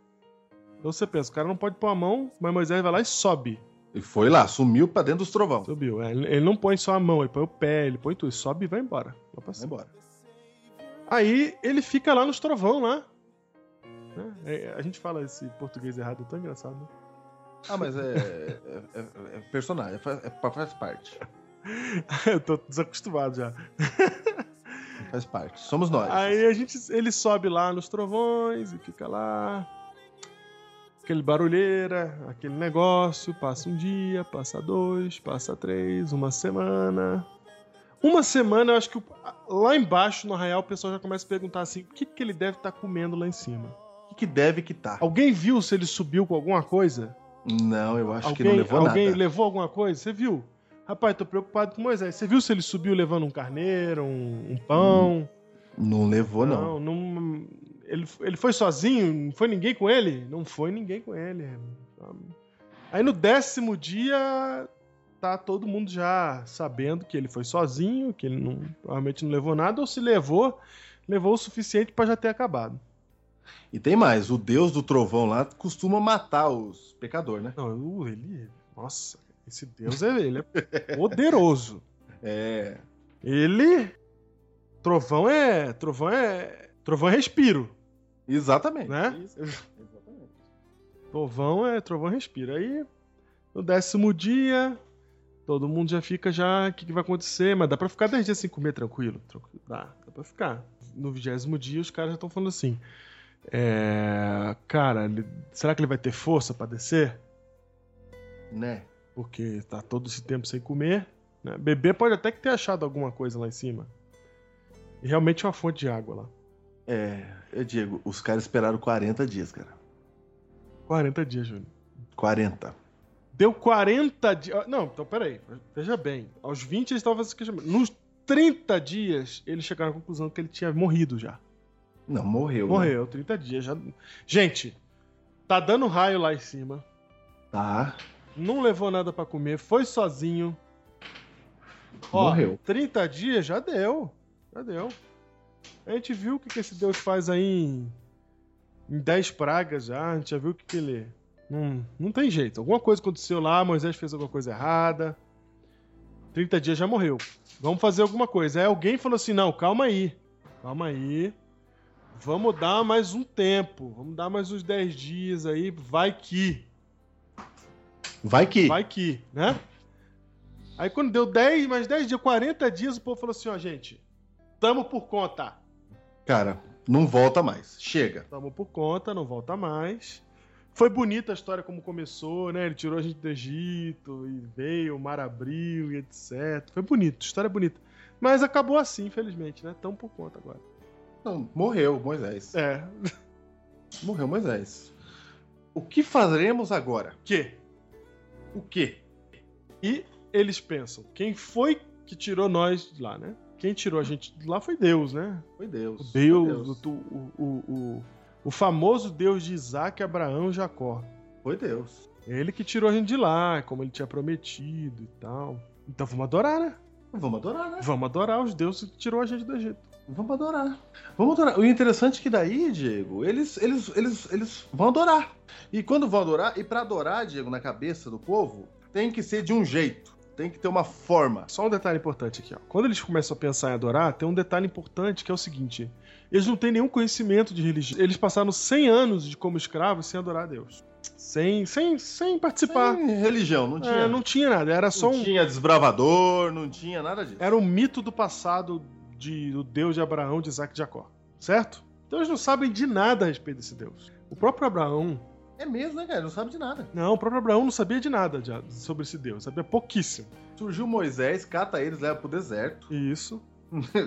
Speaker 1: Então você pensa, o cara não pode pôr a mão, mas Moisés vai lá e sobe.
Speaker 4: E foi lá, sumiu pra dentro dos trovão. Vai
Speaker 1: Subiu. É, ele ele não põe só a mão, ele põe o pé, ele põe tudo. Ele sobe e vai embora. Vai pra cima.
Speaker 4: embora.
Speaker 1: Aí ele fica lá nos trovão lá. Né? É, a gente fala esse português errado, é tão engraçado. Né?
Speaker 4: Ah, mas é. é, é- é personagem, faz, é- faz parte.
Speaker 1: Eu tô desacostumado já.
Speaker 4: Faz parte. Somos nós.
Speaker 1: Aí a gente, ele sobe lá nos trovões e fica lá. Aquele barulheira, aquele negócio. Passa um dia, passa dois, passa três, uma semana. Uma semana, eu acho que o- lá embaixo no arraial o pessoal já começa a perguntar assim: o que, que ele deve estar comendo lá em cima?
Speaker 4: O que, que deve que tá?
Speaker 1: Alguém viu se ele subiu com alguma coisa?
Speaker 4: Não, eu acho que
Speaker 1: alguém
Speaker 4: não levou
Speaker 1: alguém
Speaker 4: nada.
Speaker 1: levou alguma coisa? Você viu? Rapaz, tô preocupado com Moisés. Você viu se ele subiu levando um carneiro, um, um pão?
Speaker 4: Não levou, Hum, não.
Speaker 1: Não, não- ele, ele foi sozinho? Não foi ninguém com ele? Não foi ninguém com ele. Aí no décimo dia, tá todo mundo já sabendo que ele foi sozinho, que ele não, provavelmente não levou nada, ou se levou, levou o suficiente pra já ter acabado.
Speaker 4: E tem mais, o deus do trovão lá costuma matar os pecadores, né?
Speaker 1: Não, o- ele. Nossa, esse Deus é ele, é poderoso.
Speaker 4: É.
Speaker 1: Ele. Trovão é. Trovão é. Trovão é respiro.
Speaker 4: Exatamente.
Speaker 1: Né?
Speaker 4: É Isso, Exatamente.
Speaker 1: é Trovão é, trovão respira. Aí, no décimo dia, Todo mundo já fica já, o que, que vai acontecer? Mas dá pra ficar 10 dias sem comer tranquilo? tranquilo. Dá, dá pra ficar. No vigésimo dia, os caras já estão falando assim, é, cara, ele- será que ele vai ter força pra descer?
Speaker 4: Né?
Speaker 1: Porque tá todo esse tempo sem comer. Né? Bebê pode até que ter achado alguma coisa lá em cima. E realmente é uma fonte de água lá.
Speaker 4: É, eu digo, os caras esperaram 40 dias, cara.
Speaker 1: 40 dias, Júnior.
Speaker 4: 40.
Speaker 1: Deu 40 dias. Não, então peraí. Veja bem. Aos 20 eles estavam se questionando. Nos 30 dias, eles chegaram à conclusão que ele tinha morrido já.
Speaker 4: Não, morreu. né?
Speaker 1: Morreu, 30 dias já. Gente, tá dando raio lá em cima.
Speaker 4: Tá.
Speaker 1: Não levou nada pra comer, foi sozinho.
Speaker 4: Morreu.
Speaker 1: 30 dias já deu. Já deu. A gente viu o que, que esse Deus faz aí em, em 10 pragas já. A gente já viu o que, que ele. Não, não tem jeito. Alguma coisa aconteceu lá, Moisés fez alguma coisa errada. 30 dias já morreu. Vamos fazer alguma coisa. Aí alguém falou assim: não, calma aí. Calma aí. Vamos dar mais um tempo. Vamos dar mais uns 10 dias aí. Vai que.
Speaker 4: Vai que.
Speaker 1: Vai que, né? Aí quando deu 10, mais 10 dias, 40 dias, o povo falou assim, ó, gente, tamo por conta.
Speaker 4: Cara, não volta mais. Chega.
Speaker 1: Tamo por conta, não volta mais. Foi bonita a história como começou, né? Ele tirou a gente do Egito e veio, o mar abriu e etc. Foi bonito, história é bonita. Mas acabou assim, infelizmente, né? Tamo por conta agora.
Speaker 4: Não, morreu Moisés.
Speaker 1: É.
Speaker 4: Morreu Moisés. O que faremos agora?
Speaker 1: Que
Speaker 4: O quê?
Speaker 1: eles pensam, quem foi que tirou nós de lá, né? Quem tirou a gente de lá foi Deus, né?
Speaker 4: Foi Deus.
Speaker 1: O
Speaker 4: Foi
Speaker 1: Deus, o, tu- o, o, o, o famoso Deus de Isaac, Abraão e Jacó. É
Speaker 4: Foi Deus.
Speaker 1: Ele que tirou a gente de lá, como ele tinha prometido e tal. Então vamos adorar, né?
Speaker 4: Vamos adorar, né?
Speaker 1: Vamos adorar os deuses que tirou a gente do Egito.
Speaker 4: Vamos adorar. Vamos adorar. O interessante é que daí, Diego, eles, eles, eles, eles vão adorar. E quando vão adorar, e pra adorar, Diego, na cabeça do povo, tem que ser de um jeito. Tem que ter uma forma.
Speaker 1: Só um detalhe importante aqui, ó. Quando eles começam a pensar em adorar, tem um detalhe importante que é o seguinte: eles não têm nenhum conhecimento de religião. Eles passaram 100 anos de como escravos sem adorar a Deus. Sem, sem, sem participar.
Speaker 4: Sem religião, não
Speaker 1: É,
Speaker 4: tinha.
Speaker 1: não tinha nada, era só
Speaker 4: não
Speaker 1: um
Speaker 4: tinha desbravador, não tinha nada disso.
Speaker 1: era um mito do passado de, do Deus de Abraão, de Isaac e de Jacó, certo? Então eles não sabem de nada a respeito desse Deus. O próprio Abraão.
Speaker 4: É mesmo, né, cara? Não sabe de nada.
Speaker 1: Não, o próprio Abraão não sabia de nada de- sobre esse Deus, sabia pouquíssimo.
Speaker 4: Surgiu Moisés, cata eles, leva pro deserto
Speaker 1: Isso,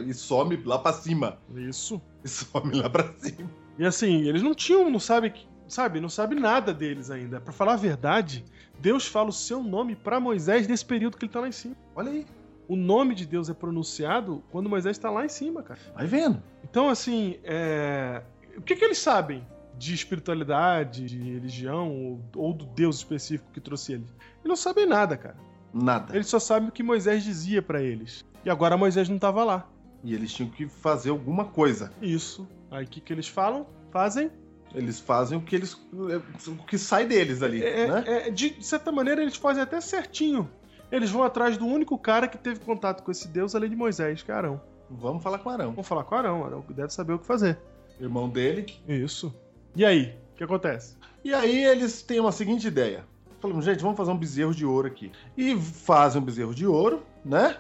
Speaker 4: e some lá pra cima.
Speaker 1: isso.
Speaker 4: E some lá pra cima.
Speaker 1: E assim, eles não tinham, não sabe, que- sabe, não sabe nada deles ainda. Pra falar a verdade, Deus fala o seu nome pra Moisés nesse período que ele tá lá em cima.
Speaker 4: Olha aí,
Speaker 1: O nome de Deus é pronunciado quando Moisés tá lá em cima, cara.
Speaker 4: vai vendo.
Speaker 1: Então, assim, é, o que, que eles sabem de espiritualidade, de religião, ou, ou do Deus específico que trouxe eles? Eles não sabem nada, cara.
Speaker 4: Nada.
Speaker 1: Eles só sabem o que Moisés dizia pra eles. E agora Moisés não tava lá.
Speaker 4: E eles tinham que fazer alguma coisa.
Speaker 1: Isso. Aí o que, que eles falam? Fazem.
Speaker 4: Eles fazem o que eles. é, o que sai deles ali,
Speaker 1: É-
Speaker 4: né?
Speaker 1: é- de, de certa maneira, eles fazem até certinho. Eles vão atrás do único cara que teve contato com esse Deus, além de Moisés, que é Arão.
Speaker 4: Vamos falar com Arão.
Speaker 1: Vão falar com Arão, Arão deve saber o que fazer.
Speaker 4: Irmão dele.
Speaker 1: Isso. E aí? O que acontece?
Speaker 4: E aí eles têm uma seguinte ideia. Falamos, gente, vamos fazer um bezerro de ouro aqui. E fazem um bezerro de ouro, né?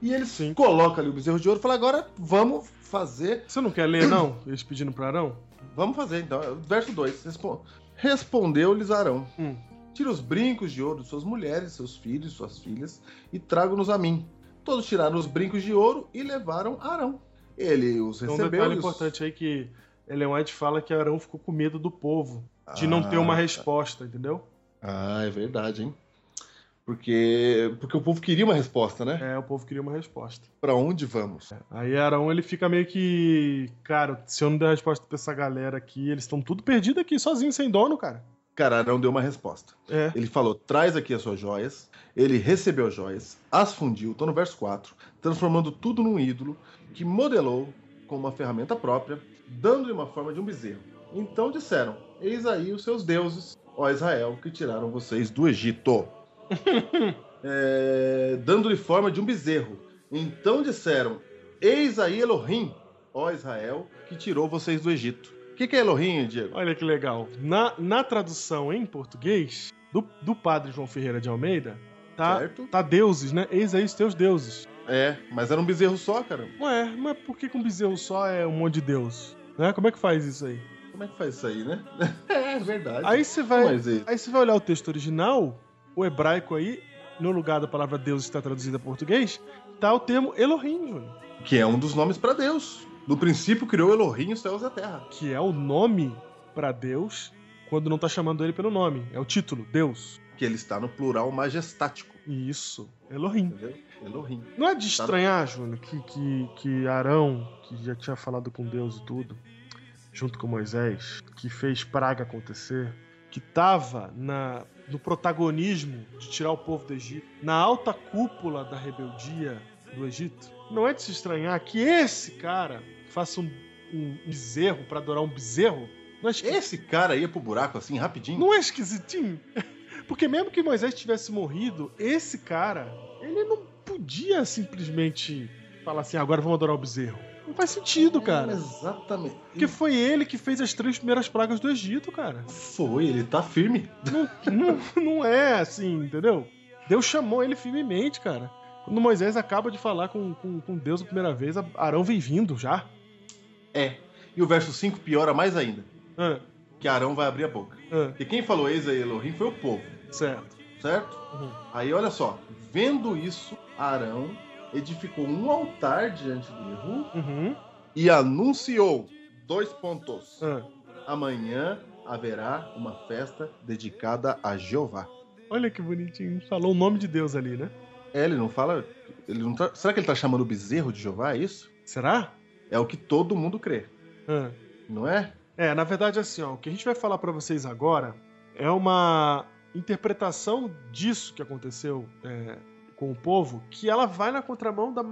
Speaker 4: E eles
Speaker 1: Sim.
Speaker 4: colocam ali o bezerro de ouro e falam, agora vamos fazer
Speaker 1: Você não quer ler, não? Eles pedindo pra Arão?
Speaker 4: Vamos fazer então. Verso 2. Respo- Respondeu-lhes Arão:
Speaker 1: Hum.
Speaker 4: Tira os brincos de ouro de suas mulheres, seus filhos, suas filhas, e trago-nos a mim. Todos tiraram os brincos de ouro e levaram Arão. Ele os
Speaker 1: Tem um
Speaker 4: recebeu.
Speaker 1: detalhe
Speaker 4: e os-
Speaker 1: importante aí que Ellen White fala que Arão ficou com medo do povo, de não ter
Speaker 4: Ah,
Speaker 1: uma
Speaker 4: tá.
Speaker 1: resposta, entendeu?
Speaker 4: Ah, é verdade, hein? Porque, porque o povo queria uma resposta, né?
Speaker 1: É, o povo queria uma resposta.
Speaker 4: Pra onde vamos?
Speaker 1: Aí Arão ele fica meio que, cara, se eu não der resposta pra essa galera aqui, eles estão tudo perdido aqui, sozinho, sem dono, cara.
Speaker 4: Cara, Arão deu uma resposta.
Speaker 1: É.
Speaker 4: Ele falou: traz aqui as suas joias. Ele recebeu as joias, as fundiu, estou no verso 4, transformando tudo num ídolo que modelou com uma ferramenta própria, dando-lhe uma forma de um bezerro. Então disseram: Eis aí os seus deuses, ó Israel, que tiraram vocês do Egito, É, dando-lhe forma de um bezerro. Então disseram: Eis aí Elohim, ó Israel, que tirou vocês do Egito. O que, que é Elohim, Diego?
Speaker 1: Olha que legal. Na, na tradução em português, do, do padre João Ferreira de Almeida, Tá,
Speaker 4: Certo.
Speaker 1: tá deuses, né? Eis aí os teus deuses.
Speaker 4: É, mas era um bezerro só, cara.
Speaker 1: Ué, mas por que, que um bezerro só é um monte de deus? Né? Como é que faz isso aí?
Speaker 4: Como é que faz isso aí, né? é verdade.
Speaker 1: Aí você vai.
Speaker 4: Mas e-
Speaker 1: Aí você vai olhar o texto original, o hebraico aí, no lugar da palavra Deus que está traduzida a português, tá o termo Elohim, Júnior,
Speaker 4: Que é um dos nomes pra Deus. No princípio criou Elohim os céus e a terra.
Speaker 1: que é o nome para Deus quando não tá chamando ele pelo nome, é o título, Deus.
Speaker 4: Que ele está no plural majestático,
Speaker 1: Isso, Elohim.
Speaker 4: entendeu? Elohim.
Speaker 1: Não é de estranhar, Júnior, que, que, que Arão, que já tinha falado com Deus e tudo, junto com Moisés, que fez praga acontecer, que tava na, no protagonismo de tirar o povo do Egito, na alta cúpula da rebeldia do Egito, não é de se estranhar que esse cara faça um, um bezerro pra adorar um bezerro? Não é esqui-
Speaker 4: Esse cara ia pro buraco assim rapidinho.
Speaker 1: não é esquisitinho? Porque mesmo que Moisés tivesse morrido, esse cara, ele não podia simplesmente falar assim, agora vamos adorar o bezerro. Não faz sentido,
Speaker 4: É,
Speaker 1: cara.
Speaker 4: Exatamente.
Speaker 1: Porque foi ele que fez as três primeiras pragas do Egito, cara.
Speaker 4: Foi, ele tá firme.
Speaker 1: Não, não é assim, entendeu? Deus chamou ele firmemente, cara. Quando Moisés acaba de falar com, com, com Deus a primeira vez, Arão vem vindo já.
Speaker 4: É. E o verso 5 piora mais ainda.
Speaker 1: Ah,
Speaker 4: Que Arão vai abrir a boca.
Speaker 1: ah,
Speaker 4: E quem falou eis a Elohim foi o povo,
Speaker 1: certo.
Speaker 4: certo?
Speaker 1: Uhum.
Speaker 4: Aí olha só, vendo isso, Arão edificou um altar diante do erro
Speaker 1: Uhum.
Speaker 4: e anunciou dois pontos.
Speaker 1: Ah.
Speaker 4: Amanhã haverá uma festa dedicada a Jeová.
Speaker 1: Olha que bonitinho. Falou o nome de Deus ali, né?
Speaker 4: É, ele não fala. Ele não tá- será que ele tá chamando o bezerro de Jeová? É isso?
Speaker 1: Será?
Speaker 4: É o que todo mundo crê,
Speaker 1: Ah.
Speaker 4: não é?
Speaker 1: É, na verdade, assim, ó, o que a gente vai falar pra vocês agora é uma interpretação disso que aconteceu é, com o povo, que ela vai na contramão da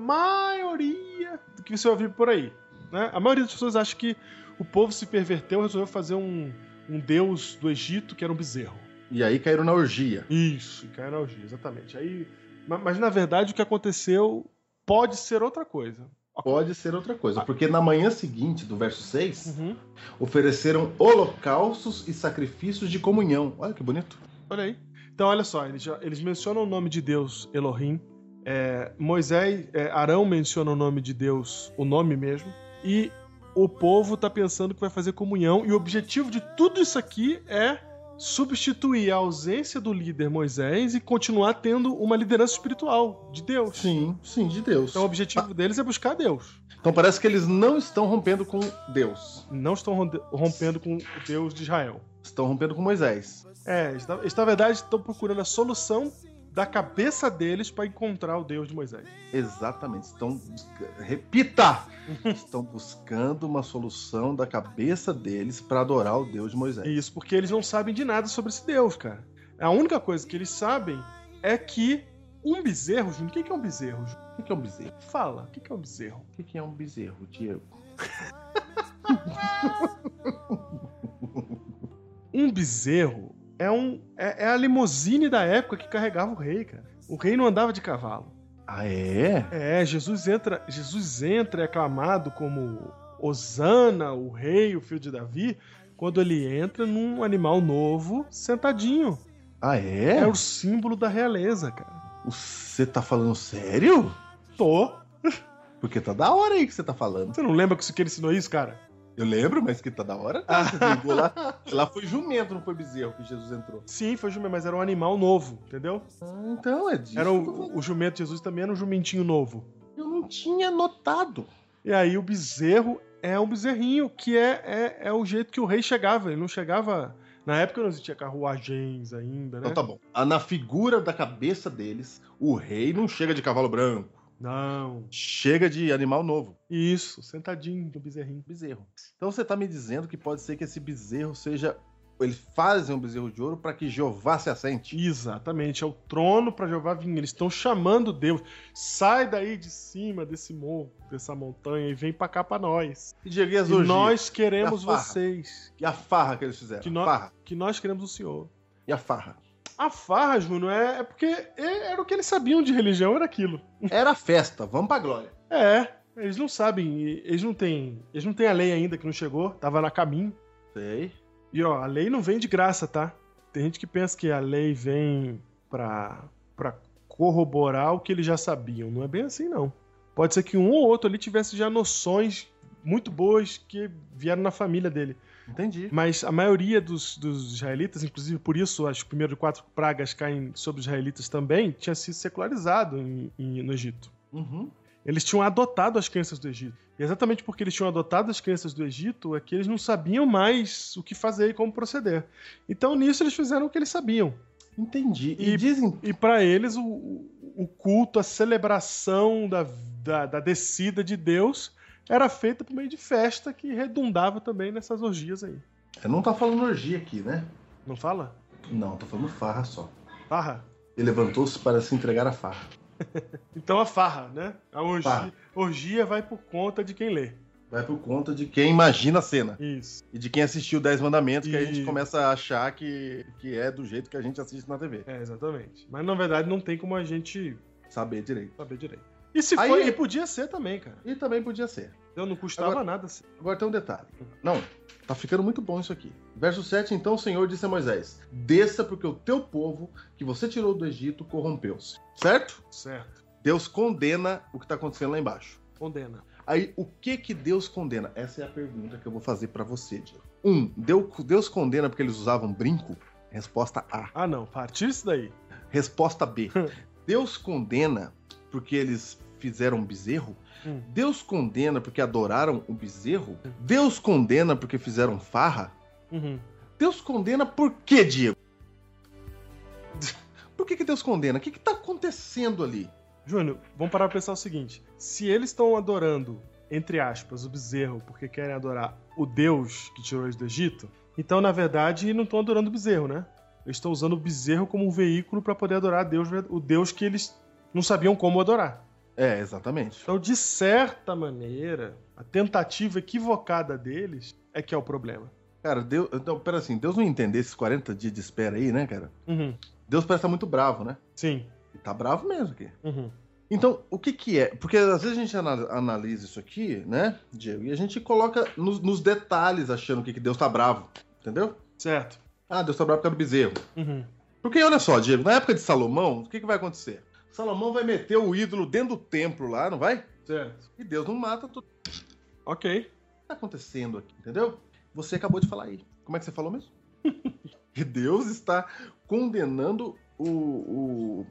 Speaker 1: maioria do que você ouviu por aí. Né? A maioria das pessoas acha que o povo se perverteu e resolveu fazer um, um deus do Egito que era um bezerro.
Speaker 4: E aí caíram na orgia.
Speaker 1: Isso, Cairalgia, exatamente. Aí, ma- mas, na verdade, o que aconteceu pode ser outra coisa.
Speaker 4: Pode ser outra coisa, porque na manhã seguinte, do verso 6,
Speaker 1: Uhum.
Speaker 4: ofereceram holocaustos e sacrifícios de comunhão. Olha que bonito.
Speaker 1: Olha aí. Então, olha só, eles, já- eles mencionam o nome de Deus, Elohim. É, Moisés, é, Arão menciona o nome de Deus, o nome mesmo. E o povo tá pensando que vai fazer comunhão. E o objetivo de tudo isso aqui é substituir a ausência do líder Moisés e continuar tendo uma liderança espiritual de Deus.
Speaker 4: Sim, sim, de Deus.
Speaker 1: Então, o objetivo deles é buscar Deus.
Speaker 4: Então parece que eles não estão rompendo com Deus.
Speaker 1: Não estão ronde- rompendo com o Deus de Israel.
Speaker 4: Estão rompendo com Moisés.
Speaker 1: É, eles, na, eles, na verdade estão procurando a solução da cabeça deles para encontrar o Deus de Moisés.
Speaker 4: Exatamente. Estão. busca- Repita! Estão buscando uma solução da cabeça deles para adorar o Deus de Moisés.
Speaker 1: Isso, porque eles não sabem de nada sobre esse Deus, cara. A única coisa que eles sabem é que um bezerro, Júnior, o que que é um bezerro? Júnior?
Speaker 4: O que que é um bezerro?
Speaker 1: Fala, o que que é um bezerro?
Speaker 4: O que que é um bezerro, Diego?
Speaker 1: Um bezerro é, um, é, é a limusine da época que carregava o rei, cara. O rei não andava de cavalo.
Speaker 4: Ah, é?
Speaker 1: É, Jesus entra, Jesus entra e é aclamado como Osana, o rei, o filho de Davi, quando ele entra num animal novo, sentadinho.
Speaker 4: Ah,
Speaker 1: É,
Speaker 4: é?
Speaker 1: o símbolo da realeza, cara.
Speaker 4: Você tá falando sério?
Speaker 1: Tô.
Speaker 4: Porque tá da hora aí que você tá falando.
Speaker 1: Você não lembra que isso que ele ensinou isso, cara?
Speaker 4: Eu lembro, mas que tá da hora. Ah. Lá, lá foi jumento, não foi bezerro que Jesus entrou.
Speaker 1: Sim, foi jumento, mas era um animal novo, entendeu?
Speaker 4: Ah, então, é disso.
Speaker 1: Era
Speaker 4: que eu tô falando.
Speaker 1: o, o jumento de Jesus também era um jumentinho novo.
Speaker 4: Eu não tinha notado.
Speaker 1: E aí o bezerro é um bezerrinho, que é, é, é o jeito que o rei chegava. Ele não chegava. Na época não existia carruagens ainda, né?
Speaker 4: Então tá bom. Ah, Na figura da cabeça deles, o rei não chega de cavalo branco.
Speaker 1: Não.
Speaker 4: Chega de animal novo.
Speaker 1: Isso, sentadinho no bezerrinho.
Speaker 4: Bezerro. Então você tá me dizendo que pode ser que esse bezerro seja. Eles fazem um bezerro de ouro para que Jeová se assente.
Speaker 1: Exatamente, é o trono para Jeová vir. Eles estão chamando Deus. Sai daí de cima desse morro, dessa montanha e vem pra cá pra nós.
Speaker 4: E Diego, e as
Speaker 1: E
Speaker 4: orgias?
Speaker 1: nós queremos
Speaker 4: E a farra?
Speaker 1: vocês.
Speaker 4: E a farra que eles fizeram.
Speaker 1: Que nó-
Speaker 4: farra.
Speaker 1: Que nós queremos o Senhor.
Speaker 4: E a farra.
Speaker 1: A farra, Júnior, é, é porque é- era o que eles sabiam de religião, era aquilo.
Speaker 4: Era a festa, vamos pra glória.
Speaker 1: É, eles não sabem, e eles não têm, eles não têm a lei ainda que não chegou, tava na caminho.
Speaker 4: Sei.
Speaker 1: E ó, a lei não vem de graça, tá? Tem gente que pensa que a lei vem pra, pra corroborar o que eles já sabiam. Não é bem assim, não. Pode ser que um ou outro ali tivesse já noções muito boas que vieram na família dele.
Speaker 4: Entendi.
Speaker 1: Mas a maioria dos, dos israelitas, inclusive por isso as primeiras quatro pragas caem sobre os israelitas também, tinha sido secularizado em- em- no Egito.
Speaker 4: Uhum.
Speaker 1: Eles tinham adotado as crenças do Egito. E exatamente porque eles tinham adotado as crenças do Egito, é que eles não sabiam mais o que fazer e como proceder. Então nisso eles fizeram o que eles sabiam.
Speaker 4: Entendi. E,
Speaker 1: E-
Speaker 4: dizem.
Speaker 1: E para eles, o, o culto, a celebração da, da, da descida de Deus era feita por meio de festa que redundava também nessas orgias aí.
Speaker 4: Você não tá falando orgia aqui, né?
Speaker 1: Não fala?
Speaker 4: Não, tô falando farra só.
Speaker 1: Farra?
Speaker 4: Ele levantou-se para se entregar à farra.
Speaker 1: Então a farra, né? A orgia,
Speaker 4: Farra.
Speaker 1: orgia vai por conta de quem lê.
Speaker 4: Vai por conta de quem imagina a cena.
Speaker 1: Isso.
Speaker 4: E de quem assistiu 10 Mandamentos, que aí a gente
Speaker 1: E-
Speaker 4: começa a achar que, que é do jeito que a gente assiste na TV.
Speaker 1: É, exatamente. Mas na verdade não tem como a gente
Speaker 4: Saber direito.
Speaker 1: saber direito. E se
Speaker 4: Aí-
Speaker 1: foi, e podia ser também, cara.
Speaker 4: E também podia ser.
Speaker 1: Então não custava
Speaker 4: Agora-
Speaker 1: nada ser.
Speaker 4: Agora tem um detalhe. Não, tá ficando muito bom isso aqui. Verso 7, então o Senhor disse a Moisés: Desça, porque o teu povo, que você tirou do Egito, corrompeu-se. Certo?
Speaker 1: Certo.
Speaker 4: Deus condena o que tá acontecendo lá embaixo.
Speaker 1: Condena.
Speaker 4: Aí, o que que Deus condena? Essa é a pergunta que eu vou fazer pra você, Diego. Um, Deu- Deus condena porque eles usavam brinco? Resposta A.
Speaker 1: Ah, não. Partir isso daí.
Speaker 4: Resposta B. Deus condena porque eles fizeram um bezerro?
Speaker 1: Hum.
Speaker 4: Deus condena porque adoraram o bezerro? Deus condena porque fizeram farra?
Speaker 1: Uhum.
Speaker 4: Deus condena por quê, Diego? Por que, que Deus condena? O que, que tá acontecendo ali?
Speaker 1: Júnior, vamos parar pra pensar o seguinte: se eles estão adorando, entre aspas, o bezerro, porque querem adorar o Deus que tirou eles do Egito, então na verdade não estão adorando o bezerro, né? Eles estão usando o bezerro como um veículo para poder adorar a Deus, o Deus que eles não sabiam como adorar.
Speaker 4: É, exatamente.
Speaker 1: Então, de certa maneira, a tentativa equivocada deles é que é o problema.
Speaker 4: Cara, Deus. Então, pera assim, Deus não entender esses 40 dias de espera aí, né, cara?
Speaker 1: Uhum.
Speaker 4: Deus parece estar muito bravo, né?
Speaker 1: Sim.
Speaker 4: E tá bravo mesmo aqui.
Speaker 1: Uhum.
Speaker 4: Então, o que que é? Porque às vezes a gente ana- analisa isso aqui, né, Diego? E a gente coloca nos, nos detalhes achando que, que Deus tá bravo, entendeu?
Speaker 1: Certo.
Speaker 4: Ah, Deus tá bravo por causa do bezerro.
Speaker 1: Uhum.
Speaker 4: Porque olha só, Diego, na época de Salomão, o que, que vai acontecer? Salomão vai meter o ídolo dentro do templo lá, não vai?
Speaker 1: Certo.
Speaker 4: E Deus não mata tudo que
Speaker 1: Ok.
Speaker 4: tá acontecendo aqui, entendeu? Você acabou de falar aí. Como é que você falou mesmo? que Deus está condenando o, o,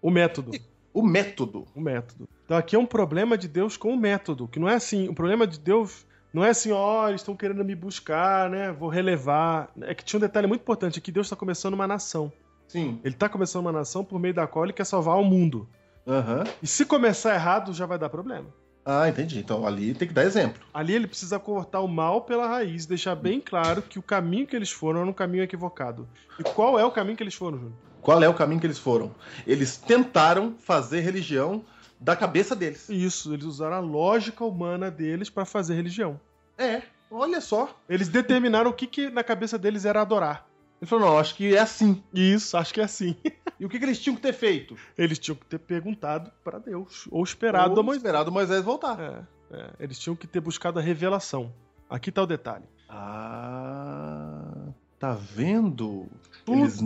Speaker 1: O método.
Speaker 4: o método.
Speaker 1: O método. Então aqui é um problema de Deus com o método, que não é assim, o problema de Deus não é assim, ó, eles estão querendo me buscar, né, vou relevar. É que tinha um detalhe muito importante, é que Deus está começando uma nação.
Speaker 4: Sim.
Speaker 1: Ele está começando uma nação por meio da qual ele quer salvar o mundo.
Speaker 4: Aham.
Speaker 1: E se começar errado, já vai dar problema.
Speaker 4: Ah, entendi. Então ali tem que dar exemplo.
Speaker 1: Ali ele precisa cortar o mal pela raiz, deixar bem claro que o caminho que eles foram era um caminho equivocado. E qual é o caminho que eles foram, Júnior?
Speaker 4: Qual é o caminho que eles foram? Eles tentaram fazer religião da cabeça deles.
Speaker 1: Isso, eles usaram a lógica humana deles para fazer religião.
Speaker 4: É, olha só.
Speaker 1: Eles determinaram o que, que na cabeça deles era adorar.
Speaker 4: Ele falou, não, acho que é assim.
Speaker 1: Isso, acho que é assim.
Speaker 4: E o que, que eles tinham que ter feito?
Speaker 1: Eles tinham que ter perguntado pra Deus, ou esperado a
Speaker 4: Ou
Speaker 1: Moisés.
Speaker 4: esperado Moisés voltar.
Speaker 1: É, é, eles tinham que ter buscado a revelação. Aqui tá o detalhe.
Speaker 4: Ah, tá vendo?
Speaker 1: Tudo
Speaker 4: Eles,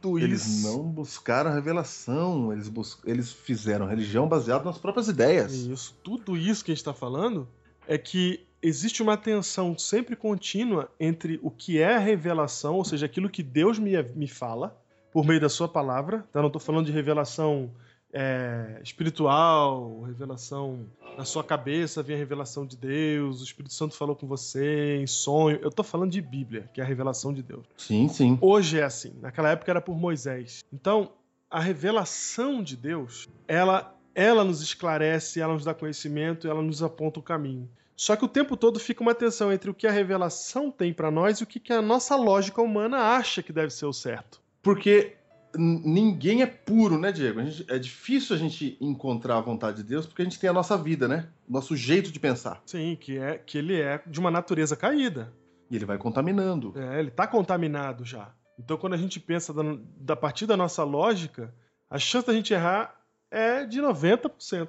Speaker 1: Tudo
Speaker 4: eles não buscaram a revelação, eles, bus- eles fizeram religião baseada nas próprias ideias.
Speaker 1: É Isso, tudo isso que a gente tá falando é que existe uma tensão sempre contínua entre o que é a revelação, ou seja, aquilo que Deus me, me fala por meio da sua palavra. Tá? Não tô falando de revelação é, espiritual, revelação na sua cabeça, vem a revelação de Deus, o Espírito Santo falou com você em sonho. Eu tô falando de Bíblia, que é a revelação de Deus.
Speaker 4: Sim, sim.
Speaker 1: Hoje é assim. Naquela época era por Moisés. Então, a revelação de Deus, ela, ela nos esclarece, ela nos dá conhecimento, ela nos aponta o caminho. Só que o tempo todo fica uma tensão entre o que a revelação tem pra nós e o que, que a nossa lógica humana acha que deve ser o certo.
Speaker 4: Porque n- ninguém é puro, né, Diego? A gente- é difícil a gente encontrar a vontade de Deus porque a gente tem a nossa vida, né? Nosso jeito de pensar.
Speaker 1: Sim, que é que ele é de uma natureza caída.
Speaker 4: E ele vai contaminando.
Speaker 1: É, ele tá contaminado já. Então, quando a gente pensa da, da a partir da nossa lógica, a chance da gente errar é de 90%.